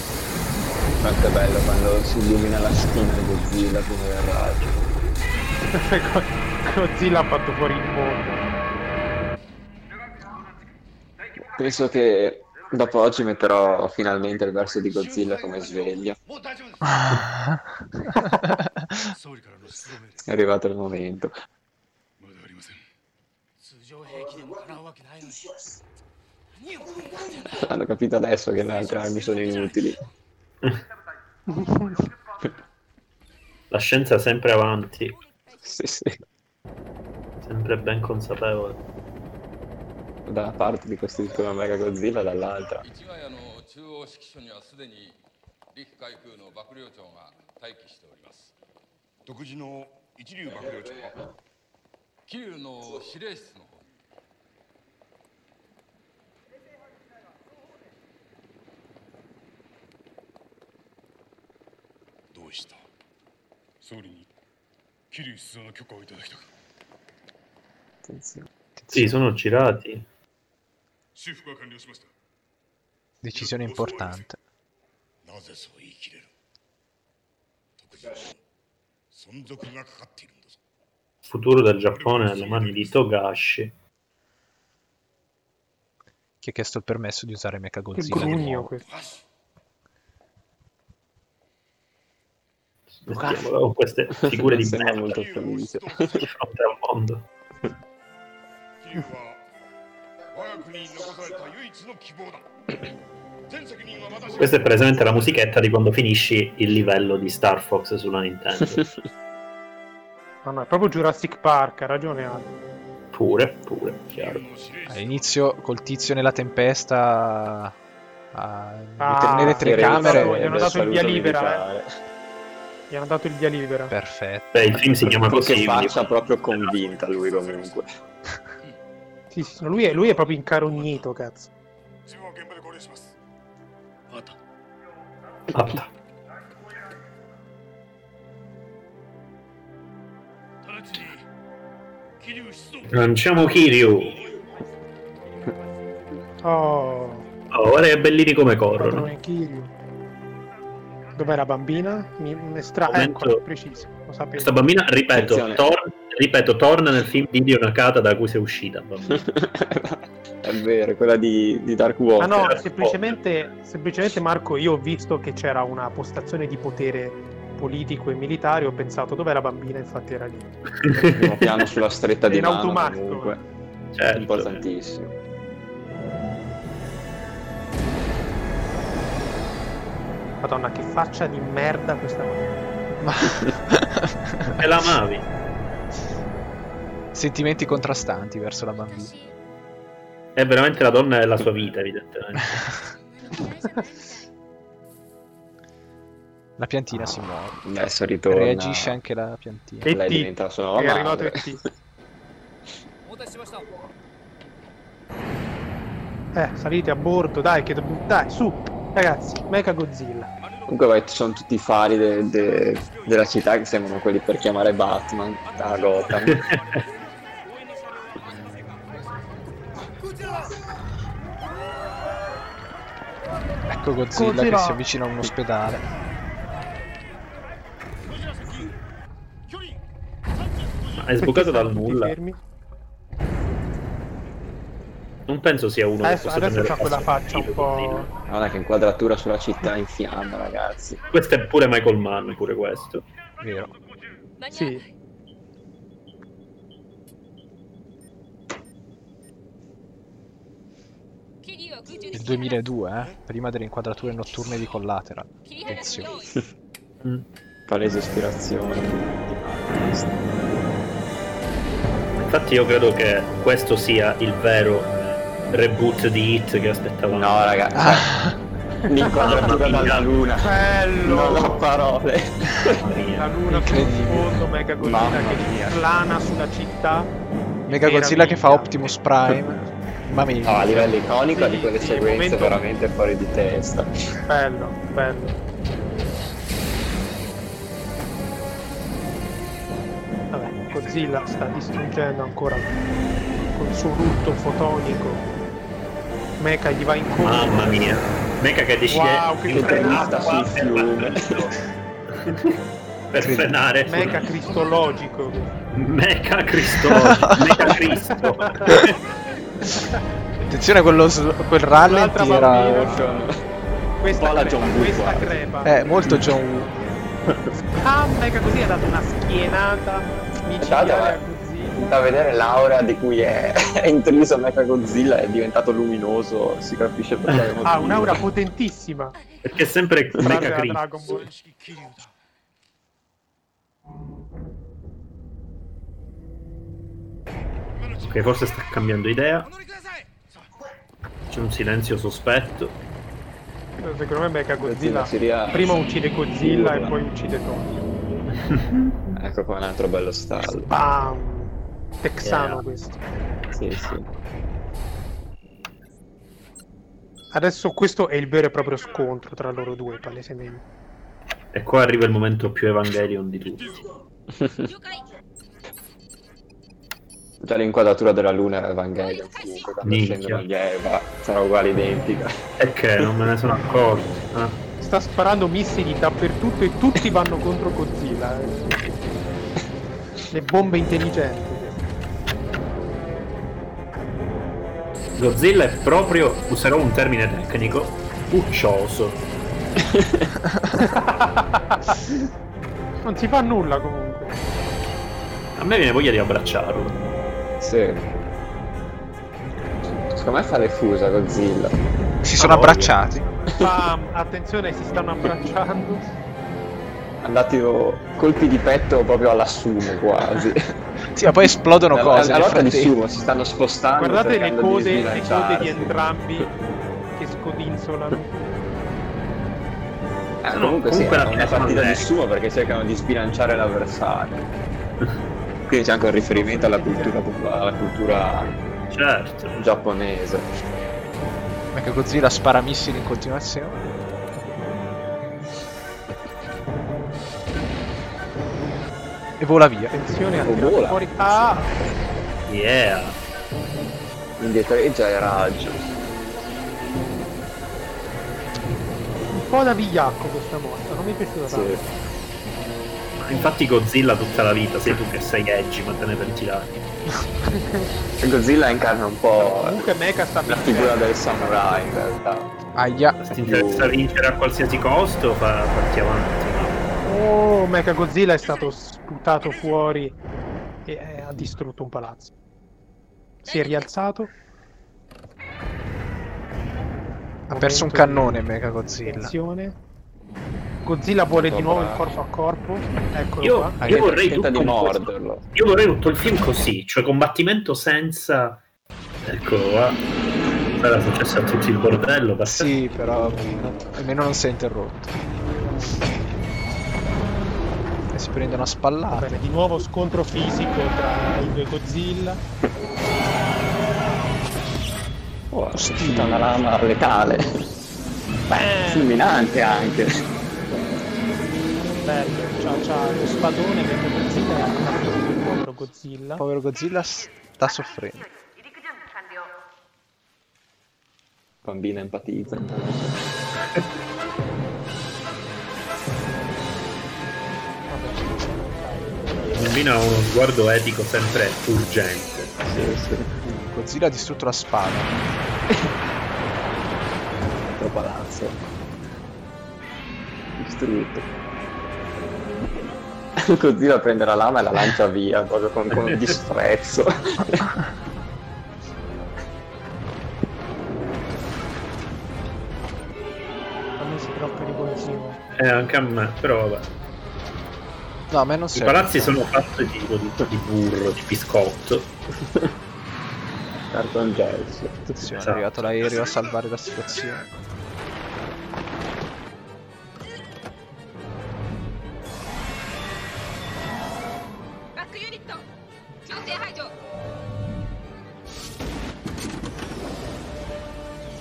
Quanto è bello quando si illumina la schiena di Godzilla come un raggio. Cioè, Go- Godzilla ha fatto fuori il mondo. Penso che dopo oggi metterò finalmente il verso di Godzilla come sveglia. È arrivato il momento. 通常兵器でもかなうわけないのに何を考えてんだ Hanno capito adesso che le altre armi sono inutili. La scienza è sempre avanti, Sì, sì, sempre ben consapevole. da una parte di costituire una mega Godzilla, dall'altra. 一話屋の中央指揮所にはすでに陸海空の幕僚長が待機しております独自の一流幕僚長は桐生の司令室の方にどうした総理に桐生出動の許可をいただきたく Attenzione. Sì, sono girati. 修復は完了しました Decisione importante. なぜそう言い切れる特需の存続がかかっているんだぞ Futuro del Giappone nelle mani di Togashi. Chi ha chiesto il permesso di usare Che Mechagodzilla? di grugno nuovo? questo. Mettiamola con queste figure di Sembra merda molto di fronte al mondo. 桐生は我が国に残された唯一の希望だ全責任は私が Questa è presente la musichetta di quando finisci il livello di Star Fox sulla Nintendo. No, no, è proprio Jurassic Park, ha ragione Ale. pure, pure, chiaro. All'inizio col tizio nella tempesta a Ah, tenere tre gli hanno dato- camere. gli hanno dato il via libera, eh. Gli hanno dato il via libera. Perfetto. Beh, il film si chiama così. Che quindi- faccia proprio convinta lui comunque. Sì, sì, no, lui, è, lui è proprio incarognito, cazzo. 自分は現場で合流します分かった Fatta. 直ちに桐生出動 Lanciamo Kiryu. Oh, Oh, guarda che bellini come corrono. padrone Kiryu. Dov'è la bambina? Mi, mi stra... Momento- Ecco, preciso, lo sapevo. Questa bambina, ripeto, Attenzione. tor- ripeto, torna nel film di Hideo Nakata da cui sei uscita. bambina. È vero, quella di, di Dark Water. Ah no, semplicemente, semplicemente Marco, io ho visto che c'era una postazione di potere politico e militare, ho pensato dov'è la bambina, infatti era lì. Primo piano sulla stretta di In mano automatico. comunque. Certo. Importantissimo. Madonna, che faccia di merda questa Ma... E la mavi. Sentimenti contrastanti verso la bambina. È veramente la donna della sua vita, evidentemente. La piantina si muove. Adesso ritorna. Reagisce anche la piantina. Lei diventa la sua nuova è arrivato madre. il T. Eh, salite a bordo, dai, che dobb- dai, su, ragazzi, Mecha Godzilla. Comunque vai- ci sono tutti i fari de- de- della città che sembrano quelli per chiamare Batman da Gotham. Ecco Godzilla, Godzilla. che si avvicina a un ospedale. Ma È sbucato dal Tutti nulla. fermi. Non penso sia uno che Adesso, possa adesso prendere c'ha quella passo. faccia un po'... Guarda che inquadratura sulla città in fiamma, ragazzi. Questo è pure Michael Mann, pure questo. Vero. Sì. Il 2002, eh? prima delle inquadrature notturne di Collateral. Attenzione. Palese ispirazione. di Batman. Infatti io credo che questo sia il vero reboot di Hit che aspettavamo. No, ragazzi. L'inquadratura dalla luna. Bello! Non ho parole. La luna più in fondo, Mega Godzilla Mamma che mia. plana sulla città. Mega Godzilla che fa Optimus Prime. Ma meglio. No, a livello iconico di quelle Sì, sì, sequenze momento- veramente fuori di testa. Bello, bello. Vabbè, Godzilla sta distruggendo ancora col suo rutto fotonico. Mecha gli va incontro. Mamma mia. Mecha che decide Wow, che di frenata frenata qua sul per fiume. per frenare. Mecha cristologico. Mecha Cristo. Mecha Cristo. Attenzione a quello s- a quel rallenti L'altra era. bambina. Un po' Questa la crepa, John Woo, questa guarda. crepa. Eh, molto John Woo. Ah, Mecha così ha dato una schienata micidiale a Godzilla. Da eh. vedere l'aura di cui è, è intriso Mecha Godzilla è diventato luminoso, si capisce per quale motivo. Ah, un'aura potentissima. Perché è sempre Frase Mecha da Cristo. Dragon Ball. 桐生だ Ok, forse sta cambiando idea. C'è un silenzio sospetto. Secondo me Mega Godzilla Godzilla seria- prima uccide Godzilla Urla. e poi uccide Tony. Ecco qua un altro bello stallo. Bam! Texano Yeah. questo. Sì, sì. Adesso questo è il vero e proprio scontro tra loro due, palesemente. E qua arriva il momento più Evangelion di tutti. Già l'inquadratura della luna era Evangelion comunque, quando Minchia. scendono gli Eva sarà uguale identica. E che non me ne sono accorto. eh. Sta sparando missili dappertutto e tutti vanno contro Godzilla. eh. Le bombe intelligenti. Godzilla è proprio, userò un termine tecnico, puccioso. Non si fa nulla comunque. A me viene voglia di abbracciarlo. Sì. Secondo me fa le fusa Godzilla. Si sono abbracciati. Bam! Attenzione, si stanno abbracciando. Andati oh, colpi di petto proprio alla sumo quasi. Sì, ma poi esplodono Alla- cose. alla nel lotta di frattempo. sumo si stanno spostando. Guardate le cercando di code, le code sbilanciarsi. di entrambi che scodinzolano. Eh, Sono- comunque comunque, sì, alla è fine una sono partita di vecchi. sumo perché cercano di sbilanciare l'avversario. Quindi c'è anche un riferimento alla cultura, pop- alla cultura Certo, giapponese. Mecha Godzilla spara missili in continuazione. E vola via. Attenzione a Oh, vola. fuori. Ah! Yeah! Indietreggia e raggio. Un po' da vigliacco questa mossa, non mi è piaciuta tanto. Ma Infatti Godzilla tutta la vita, sei tu che sei Edgy, ma te ne pentirai. Cioè, Godzilla incarna un po' Comunque Mecha sta la figura del samurai in realtà. Aia. Se ti interessa vincere a qualsiasi costo, fa, fatti avanti. Oh, Mecha Godzilla è stato sputato fuori e eh, ha distrutto un palazzo. Si è rialzato. Ha perso un cannone Mecha Godzilla. Attenzione. Godzilla vuole di nuovo il corpo a corpo. Eccolo Io, qua. io vorrei tutto tenta di un po' morderlo. Io vorrei tutto il film così, cioè combattimento senza... Ecco qua. Era successo a tutti il bordello, per Sì, però no, almeno non si è interrotto. E si prendono a spallate. Bene, di nuovo scontro fisico tra i due Godzilla. Oh, ho sentito una lama letale. Beh, fulminante anche. Bello, c'ha, c'ha lo spadone che Godzilla e ha colpito il povero Godzilla. Povero Godzilla sta soffrendo. Bambina empatizza. Il bambino ha uno sguardo etico sempre urgente. Sì, sì. Godzilla ha distrutto la spada. Altro palazzo. Distrutto. Godzilla prende la lama e la lancia via, proprio con, con disprezzo. A me si troppo di Godzilla. Eh, anche a me, però vabbè. No, a me non I serve. palazzi sono fatti tipo di, di burro, di biscotto. Carton gelso. Attenzione, Esatto. è arrivato l'aereo a salvare la situazione.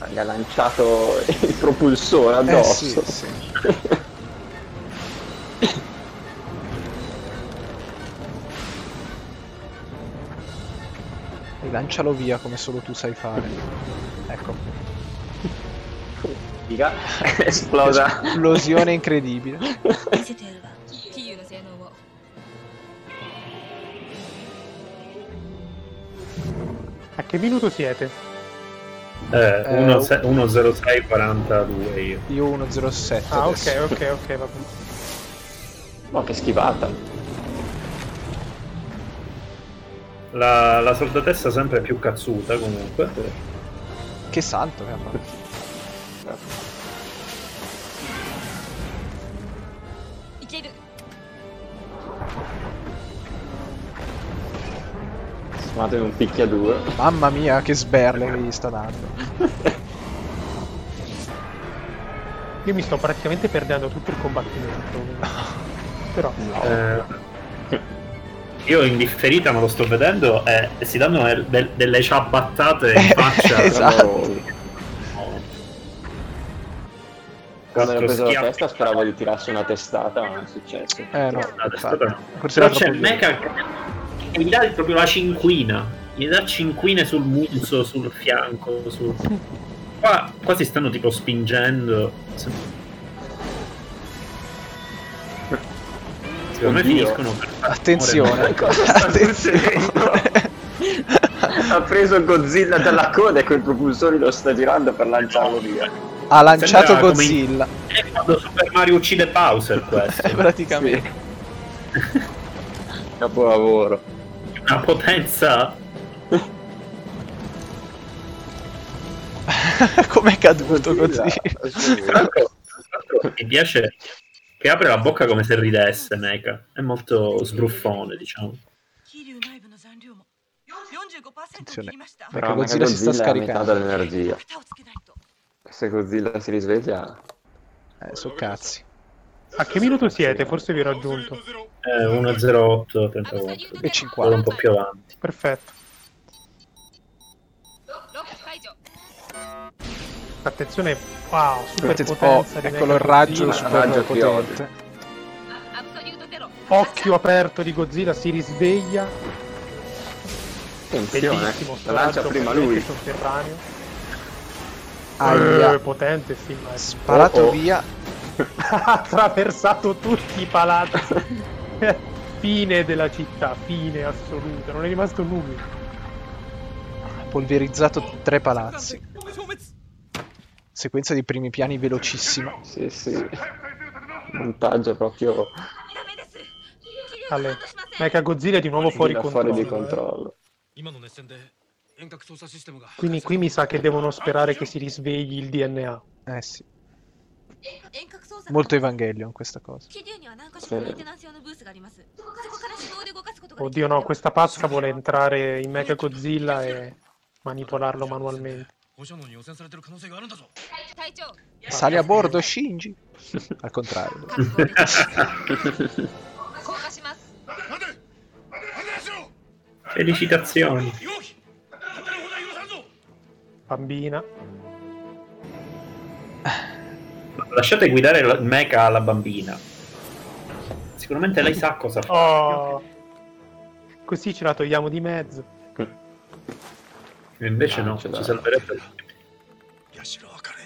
Gli ha lanciato il propulsore Eh addosso. sì, sì. E lancialo via come solo tu sai fare. Ecco. Figa. Esplosa. Esplosione incredibile. 見せてやるわキリュウの性能を A che minuto siete? Eh, Eh, 10642 io. Io 107. Ah, adesso. ok, ok, ok, va bene. Ma che schivata. La, la soldatessa sempre più cazzuta comunque. Che salto eh, che ha fatto. いける Sfumato in un picchiaduro. Mamma mia, che sberle che gli sta dando. Io mi sto praticamente perdendo tutto il combattimento. Però. Eh, io indifferita, ma lo sto vedendo e si danno del- del- delle ciabattate in faccia. Esatto. Quando l'ho Quattro preso la schiaffi. testa speravo di tirarsi una testata, ma non è successo. Eh no, Adesso però. Forse Però era c'è troppo duro. Mecha che gli dà proprio la cinquina. Gli dà cinquine sul muso, sul fianco, sul... Qua, qua si stanno tipo spingendo. Se- Secondo me Oddio. finiscono per... Attenzione. Cosa sta succedendo? ha preso Godzilla dalla coda e quel propulsore lo sta girando per lanciarlo via. Ha lanciato Sembra come in- Godzilla. eh, È quando Super Mario uccide Bowser questo. Praticamente. Capolavoro. Una potenza... Com'è caduto Godzilla? Mi piace che apre la bocca come se ridesse Mecha. È molto sbruffone, diciamo. 桐生内部の残量も45%を切りました。 Però Godzilla Mecha si Godzilla è a sta metà scaricando. dell'energia. 型をつけないと。 Se Godzilla si risveglia... Eh, so cazzi. A che minuto siete? Forse vi ho raggiunto. Eh, 1.08 34. E 50. Un po' più avanti. Perfetto. Attenzione, wow, super Attenzione, potenza oh, di eccolo Mega il raggio Godzilla. super Raggio che potente. Occhio aperto di Godzilla, si risveglia. Attenzione, eh. Bellissimo, sto la lancia raggio prima potente lui. Sotterraneo. Aia. Eh, potente, sì. ma- Sparato Oh, oh. via. ha attraversato tutti i palazzi. fine della città, fine assoluta, non è rimasto nulla. Polverizzato tre palazzi. Sequenza di primi piani velocissima. Sì, sì. Montaggio proprio Ale, Mecha Godzilla è di nuovo fuori controllo. fuori di controllo. 今の熱戦で遠隔操作システムが Quindi qui mi sa che devono sperare che si risvegli il DNA. Eh sì. Molto Evangelion questa cosa. 桐生には何箇所かメンテナンス用のブースがあります。そこから手動で動かすことができ Oddio no, questa pazza vuole entrare in Mecha Godzilla e manipolarlo manualmente. 放射能に汚染されてる可能性があるんだぞ Sali a bordo, Shinji. Al contrario. 降下します。 Felicitazioni. Bambina. Lasciate guidare la- Mecha alla bambina. Sicuramente lei sa cosa fa. Oh. Così ce la togliamo di mezzo. E Invece no, ci salverebbe. 社は彼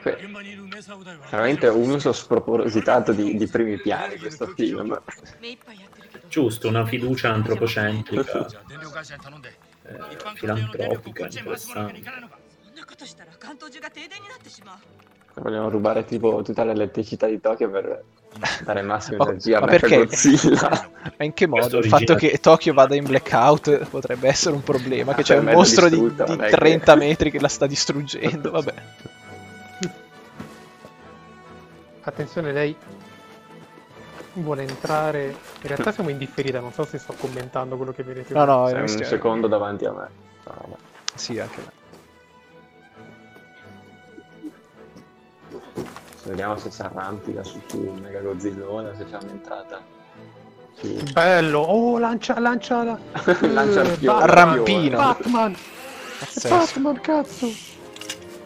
Que- 現場にいる名作部隊は Veramente un uso spropositato di, di primi piani questo film. 目いっぱいやってるけ ど。Giusto, una fiducia antropocentrica, じゃあ電力会社に頼んで eh, 一般家庭の電力をこ filantropica, っちへ回してもらうわけにい interessante. かないのか。そんなことしたら関東中が停電になってしまう。 Vogliamo rubare tipo tutta l'elettricità di Tokyo per dare massima Ma- energia a ma Mecha perché? Godzilla. Ma in che modo? Questo Il fatto originale. che Tokyo vada in blackout potrebbe essere un problema, che c'è un Mezzo mostro di, distrutta, di non è che- 30 metri che la sta distruggendo, vabbè. Attenzione, lei vuole entrare. In realtà siamo indifferita, non so se sto commentando quello che vedete. No, no, Sei è un bestia- secondo davanti a me. No, no. Sì, anche me. Vediamo se si arrampica su su un mega gozzillone, se c'è un'entrata. Sì. Bello, oh, lancia, lancia la... Lancia il Eh, fiore. Batman, Rampino. Batman, Pazzesco. Batman, cazzo.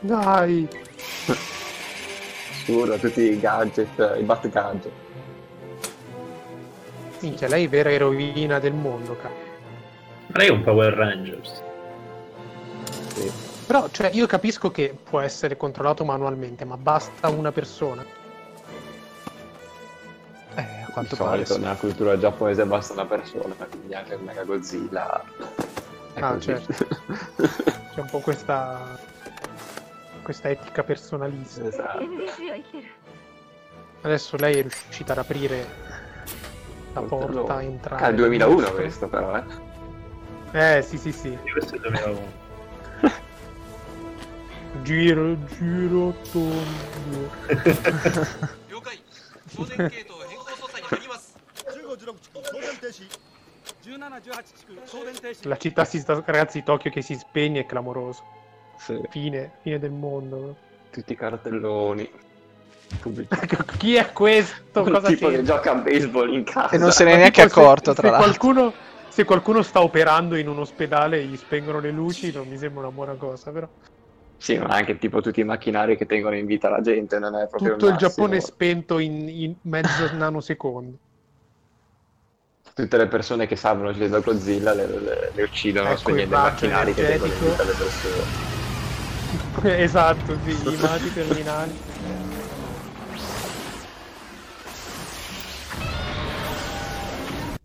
Dai, Assurdo, tutti i gadget, i bat gadget. minchia, lei è vera eroina del mondo, cazzo. Ma lei è un Power Rangers. Però, cioè, io capisco che può essere controllato manualmente, ma basta una persona. Eh, a Di quanto pare. solito sì. nella cultura giapponese basta una persona, quindi anche il mega Godzilla. È Ah, così. certo. C'è un po' questa... questa etica personalista. esatto. ABC は生きてる。 Adesso lei è riuscita ad aprire la porta, a entrare. Ah, il 2001 questo però, eh. Eh, sì, sì, sì. Questo è il 2001. Giro, giro, tondo. 了解送電系統変更操作に入ります La città si sta... Ragazzi, Tokyo che si spegne è clamoroso. Sì. Fine, fine del mondo. Tutti i cartelloni. Chi è questo? Un Ecco, Cosa tipo c'è? che gioca a baseball in casa. E non se ne è neanche Tipo, se- accorto, tra se l'altro. Qualcuno, se qualcuno sta operando in un ospedale e gli spengono le luci, non mi sembra una buona cosa, però. Sì, ma anche tipo tutti i macchinari che tengono in vita la gente, non è proprio Tutto il massimo. Giappone è spento in, in mezzo nanosecondo. Tutte le persone che salvano uccise da Godzilla le, le- le uccidono Ecco, spegnendo il i raggio macchinari che tengono in energetico. vita le persone. esatto, sì, i mati terminali.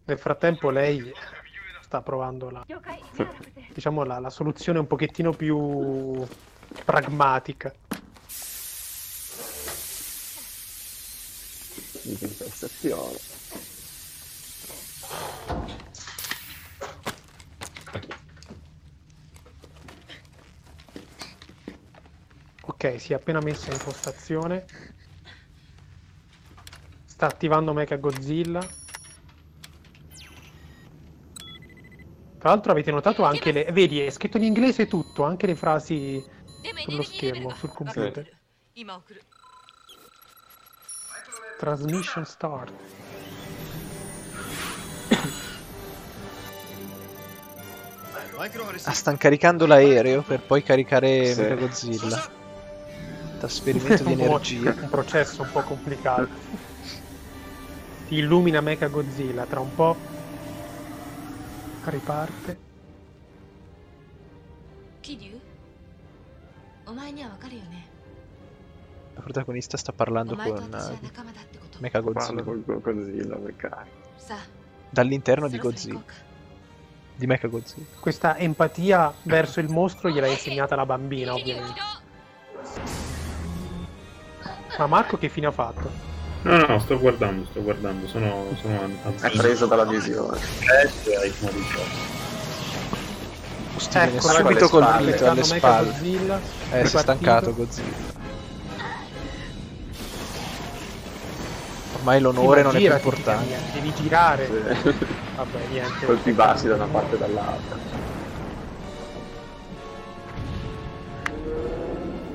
Nel frattempo lei sta provando la, diciamo la, la soluzione un pochettino più pragmatica. Dispensazione. Ok, si è appena messa in postazione. Sta attivando Mecha Godzilla. Tra l'altro avete notato anche le... Vedi, è scritto in inglese tutto, anche le frasi sullo schermo, sul computer. 今送る Transmission start. Ah, stanno caricando l'aereo per poi caricare Sì. Mega Godzilla. Trasferimento di Un po' energia. Un processo un po' complicato. Si illumina Mecha Godzilla, tra un po' riparte. 桐生お前にはわかるよね La protagonista sta parlando con eh, Mega Parlo Godzilla. con con Godzilla, perché... さあ Dall'interno di Godzilla. Di Mecha Godzilla. Questa empatia verso il mostro gliel'ha insegnata la bambina, ovviamente. Ma Marco che fine ha fatto? No, no, sto guardando, sto guardando, sono... sono È preso dalla visione. Eh, hai ipnotizzato. Steven è Eccola, Ecco, Cioè, subito eccola, colpito alle stanno Mecha spalle. Godzilla, Eh, si ripartito. è stancato Godzilla. Ormai l'onore Sì, ma non è più girati, importante. Devi, devi girare. Vabbè, niente. Colpi bassi da una parte e dall'altra.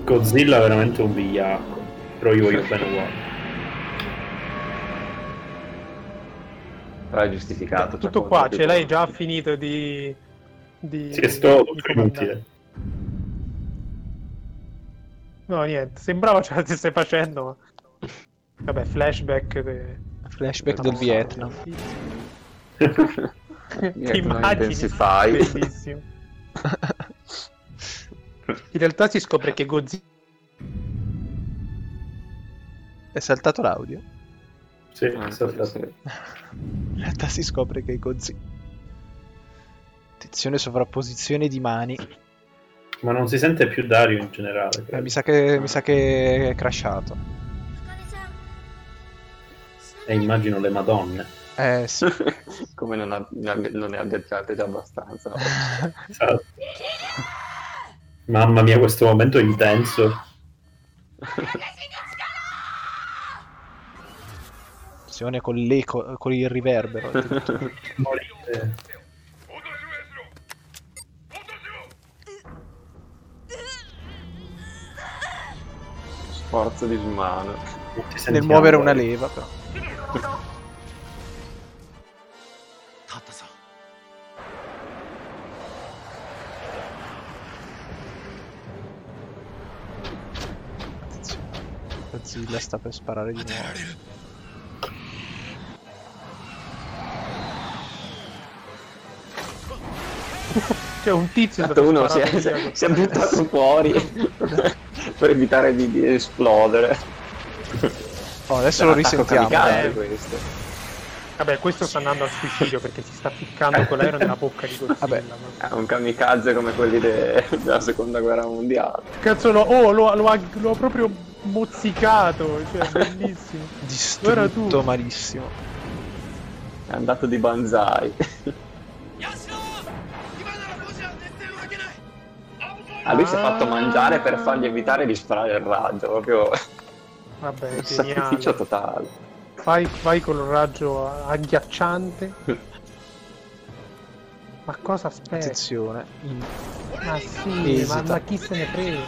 Godzilla è veramente un vigliacco, però io voglio bene uguale. Però è giustificato. cioè, Tutto con- qua, ce l'hai già finito di... di Sì, sto di tutto comandare. inutile. No, niente, sembrava ce la stesse facendo, ma... Vabbè, flashback... de- Flashback del Vietnam. Ti immagini? Bellissimo. In realtà si scopre che Godzilla... È saltato l'audio. Ah, Sì, è saltato. In realtà si scopre che è Godzilla. Attenzione, sovrapposizione di mani. Ma non si sente più Dario in generale. Eh, mi, sa che, mi sa che è crashato. E Eh, immagino le madonne. Eh sì. Come non, ha- ne abbia- non ne abbia giate già abbastanza. Esatto. Mamma mia, questo momento è intenso. Attenzione con l'eco, con il riverbero. Morire. Sforzo disumano. Nel muovere una leva, però. タッタさん Godzilla sta per sparare di nuovo. C'è un tizio Tanto uno si è, si è buttato fuori per evitare di, di esplodere. Oh, adesso È lo un attacco risentiamo. kamikaze, Eh. questo. Vabbè, questo sta andando al suicidio perché si sta ficcando con l'aereo nella bocca di Godzilla. Vabbè, è un kamikaze come quelli de- della seconda guerra mondiale. Cazzo, lo, oh, lo, ha- lo ha, lo ha proprio mozzicato, cioè, bellissimo. Ora tu. Distrutto malissimo. È andato di banzai. A Ah, lui si è Ah. fatto mangiare per fargli evitare di sparare il raggio, proprio Vabbè, un sacrificio geniale. totale. Vai, vai con un raggio agghiacciante. Ma cosa aspetta? Attenzione. Ma Ah, sì, ma, Esita. ma chi se ne frega?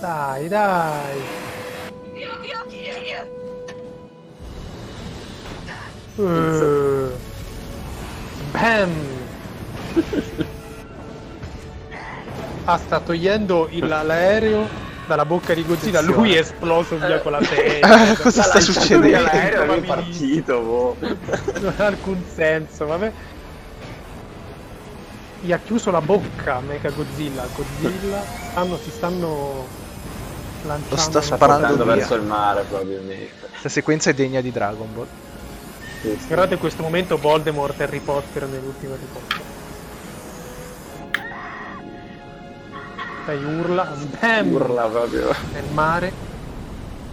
Dai, dai. Eh. Bam! ah, sta togliendo il- l'aereo dalla bocca di Godzilla. Lui è esploso via con la testa. Cosa sta L'ha lanciato succedendo? via l'aereo, Lui ma è mi- partito, boh. non ha alcun senso, vabbè. Gli ha chiuso la bocca Mega Godzilla. Godzilla stanno, si stanno lanciando. sta Sta sparando portando via. verso il mare, probabilmente. Questa sequenza è degna di Dragon Ball. Guardate questo momento Voldemort e Harry Potter nell'ultimo Harry Potter. Dai, urla, bam! Urla proprio. Nel mare.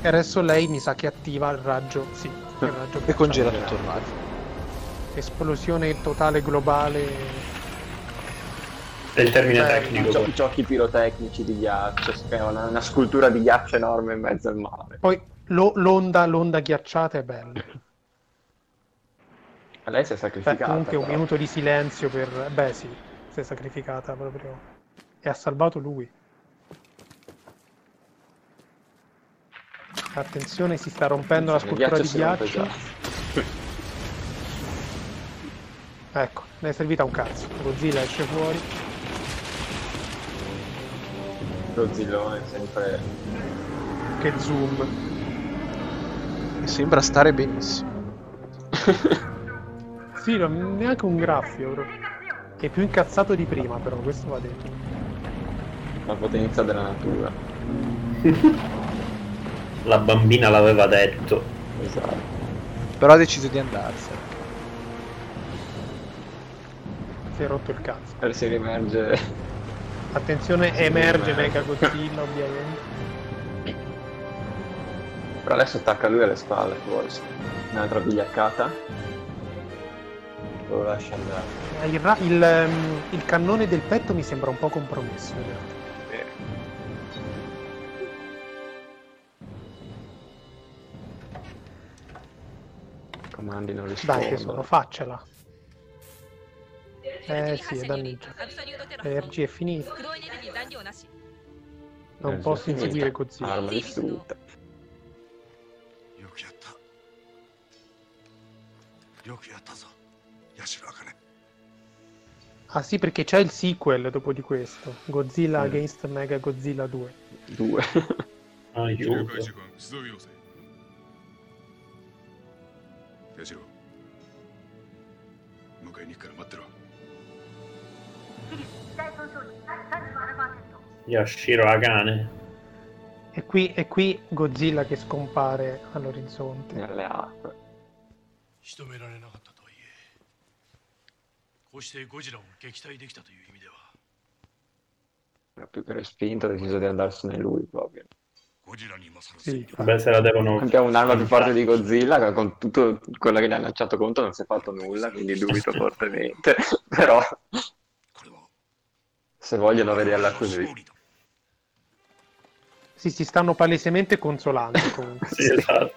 E adesso lei mi sa che attiva il raggio, sì, il raggio Mm. E che congela facciamo. tutto il mare. Esplosione totale globale È il Eh, termine tecnico. Cioè, cioè- boh. giochi pirotecnici di ghiaccio, si crea una, una scultura di ghiaccio enorme in mezzo al mare. Poi lo- l'onda, l'onda ghiacciata è bella. Ma Lei si è Beh, sacrificata. comunque un però. minuto di silenzio per... Beh sì, si è sacrificata proprio. E ha salvato lui. Attenzione, si sta rompendo la Il scultura di si rompe ghiaccio. Ecco, ne è servita un cazzo. Godzilla esce fuori. già. Lo zillone sempre... Che zoom. Mi sembra stare benissimo. Sì, non- neanche un graffio. proprio. Che è più incazzato di prima però, questo va detto. La potenza della natura. La bambina l'aveva detto. Esatto. Però ha deciso di andarsene. Si è rotto il cazzo. Per si riemerge... Attenzione, Sì, eh. emerge emerge. Mega Godzilla ovviamente. Però adesso attacca lui alle spalle, forse. Un'altra vigliaccata. Lo lascia andare. Eh, Il, ra- il, ehm, il cannone del petto mi sembra un po' compromesso. in realtà. Comandi non rispondono. Dai, che sono, faccela. Eh sì, è danneggio. Energia è finita. 黒いエネルギー残量なし Non Eh, posso sì, inseguire finita. Godzilla. Arma distrutta. よくやったよくやったぞヤシロアカネ Ah sì, perché c'è il sequel dopo di questo. Mm. Godzilla Against Mega Godzilla 2. Due. Ah, 了 giusto. 解時間出動要請ヤシロ迎えに行くから待ってろ Yashiro Agane. E qui, e qui Godzilla che scompare all'orizzonte. Nelle acque. 仕留められなかったとはいえこうしてゴジラを撃退できたという意味では Era Più che respinto, ha deciso di andarsene lui proprio. Sì. Vabbè, se la devono... Abbiamo un'arma più forte di Godzilla, che con tutto quello che gli ha lanciato contro non si è fatto nulla, quindi dubito fortemente. Però, se vogliono vederla così, Sì, si stanno palesemente consolando comunque. Sì, esatto.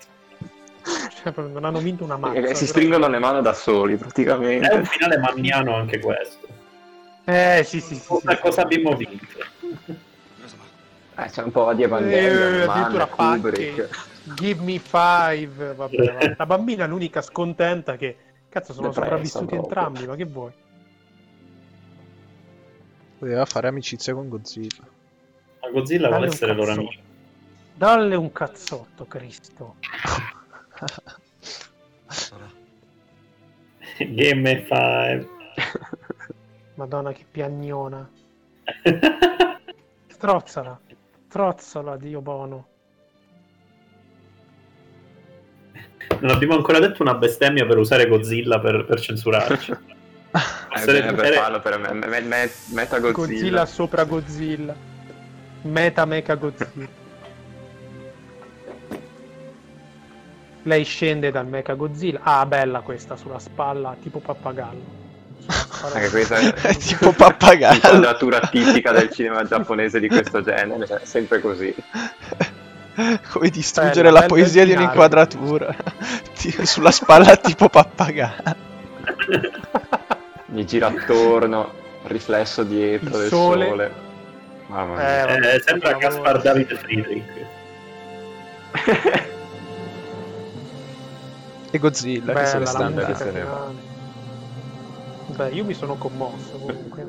Cioè, proprio non hanno vinto una mazza. E- e Eh, si però- stringono le mani da soli È un praticamente. finale mammiano anche questo. Eh sì sì sì. sì. Cosa, cosa abbiamo vinto? Eh, c'è un po' di Eh, Evangelion, addirittura Man, pacche. Kubrick. Give me five. Vabbè, va. La bambina è l'unica scontenta che. Cazzo, sono Depressa sopravvissuti proprio. entrambi, ma che vuoi? Poteva fare amicizia con Godzilla. Ma Godzilla vuole Dalle un essere loro cazzotto. amico. Dalle un cazzotto, Cristo. Game eh. 5. Eh, Madonna, che piagnona. Strozzala. Strozzala, Dio buono. Non abbiamo ancora detto una bestemmia per usare Godzilla per, per censurarci. Eh, Essere- beh, per farlo, per me, me- me- Meta Godzilla Godzilla. sopra Godzilla. Meta mecha Godzilla. Lei scende dal mecha Godzilla. Ah, bella questa sulla spalla, tipo pappagallo. Sulla spalla Anche di- questa È è tipo pappagallo. l'inquadratura tipica del cinema giapponese di questo genere, cioè, sempre così. Come distruggere Bella, la bel- poesia bel di finale. un'inquadratura. Ti- Sulla spalla tipo pappagallo. Mi gira attorno, riflesso dietro Il del sole. sole. Mamma Eh, mia. vabbè, sembra Gaspar Davide Friedrich. E Godzilla che se Bella ne la sta andando. musica se ne va. finale. Beh, io mi sono commosso comunque.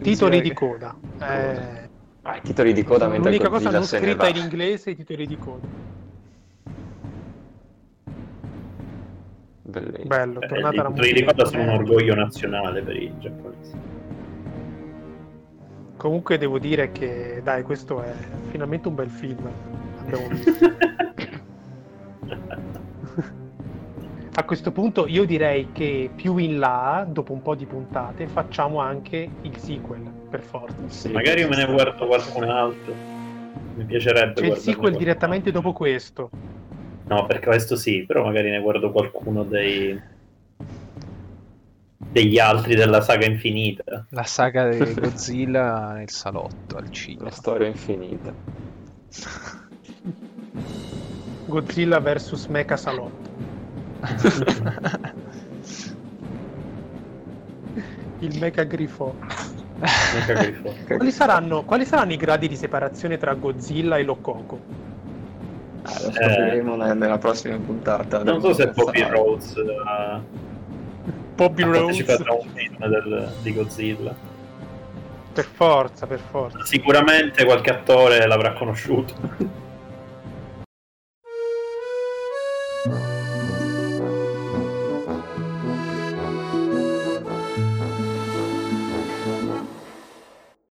Titoli di coda. Eh, Ah, i titoli di coda mentre l'unica cosa Godzilla non se ne scritta va. in inglese i titoli di coda. Bellissimo. Bello, Eh, tornata I la titoli di musica. coda sono un orgoglio nazionale per i giapponesi. Comunque devo dire che dai, questo è finalmente un bel film. Abbiamo visto. A questo punto io direi che più in là, dopo un po' di puntate, facciamo anche il sequel, per Eh, forza. Magari me ne guardo qualcun altro. Mi piacerebbe C'è il guardarne sequel qualcun- direttamente dopo questo. No, perché questo sì, però magari ne guardo qualcuno dei degli altri della saga infinita. La saga di Godzilla nel salotto al cinema. La storia infinita. Godzilla vs Mecha Salotto. il Mecha Grifo. Quali saranno, quali saranno i gradi di separazione tra Godzilla e Lococo? Lo scopriremo ne- nella prossima puntata. Eh. Non so se Bobby Rhodes eh, ha, Bobby ha Rhodes. partecipato a un film del- di Godzilla. Per forza, per forza. Sicuramente qualche attore l'avrà conosciuto.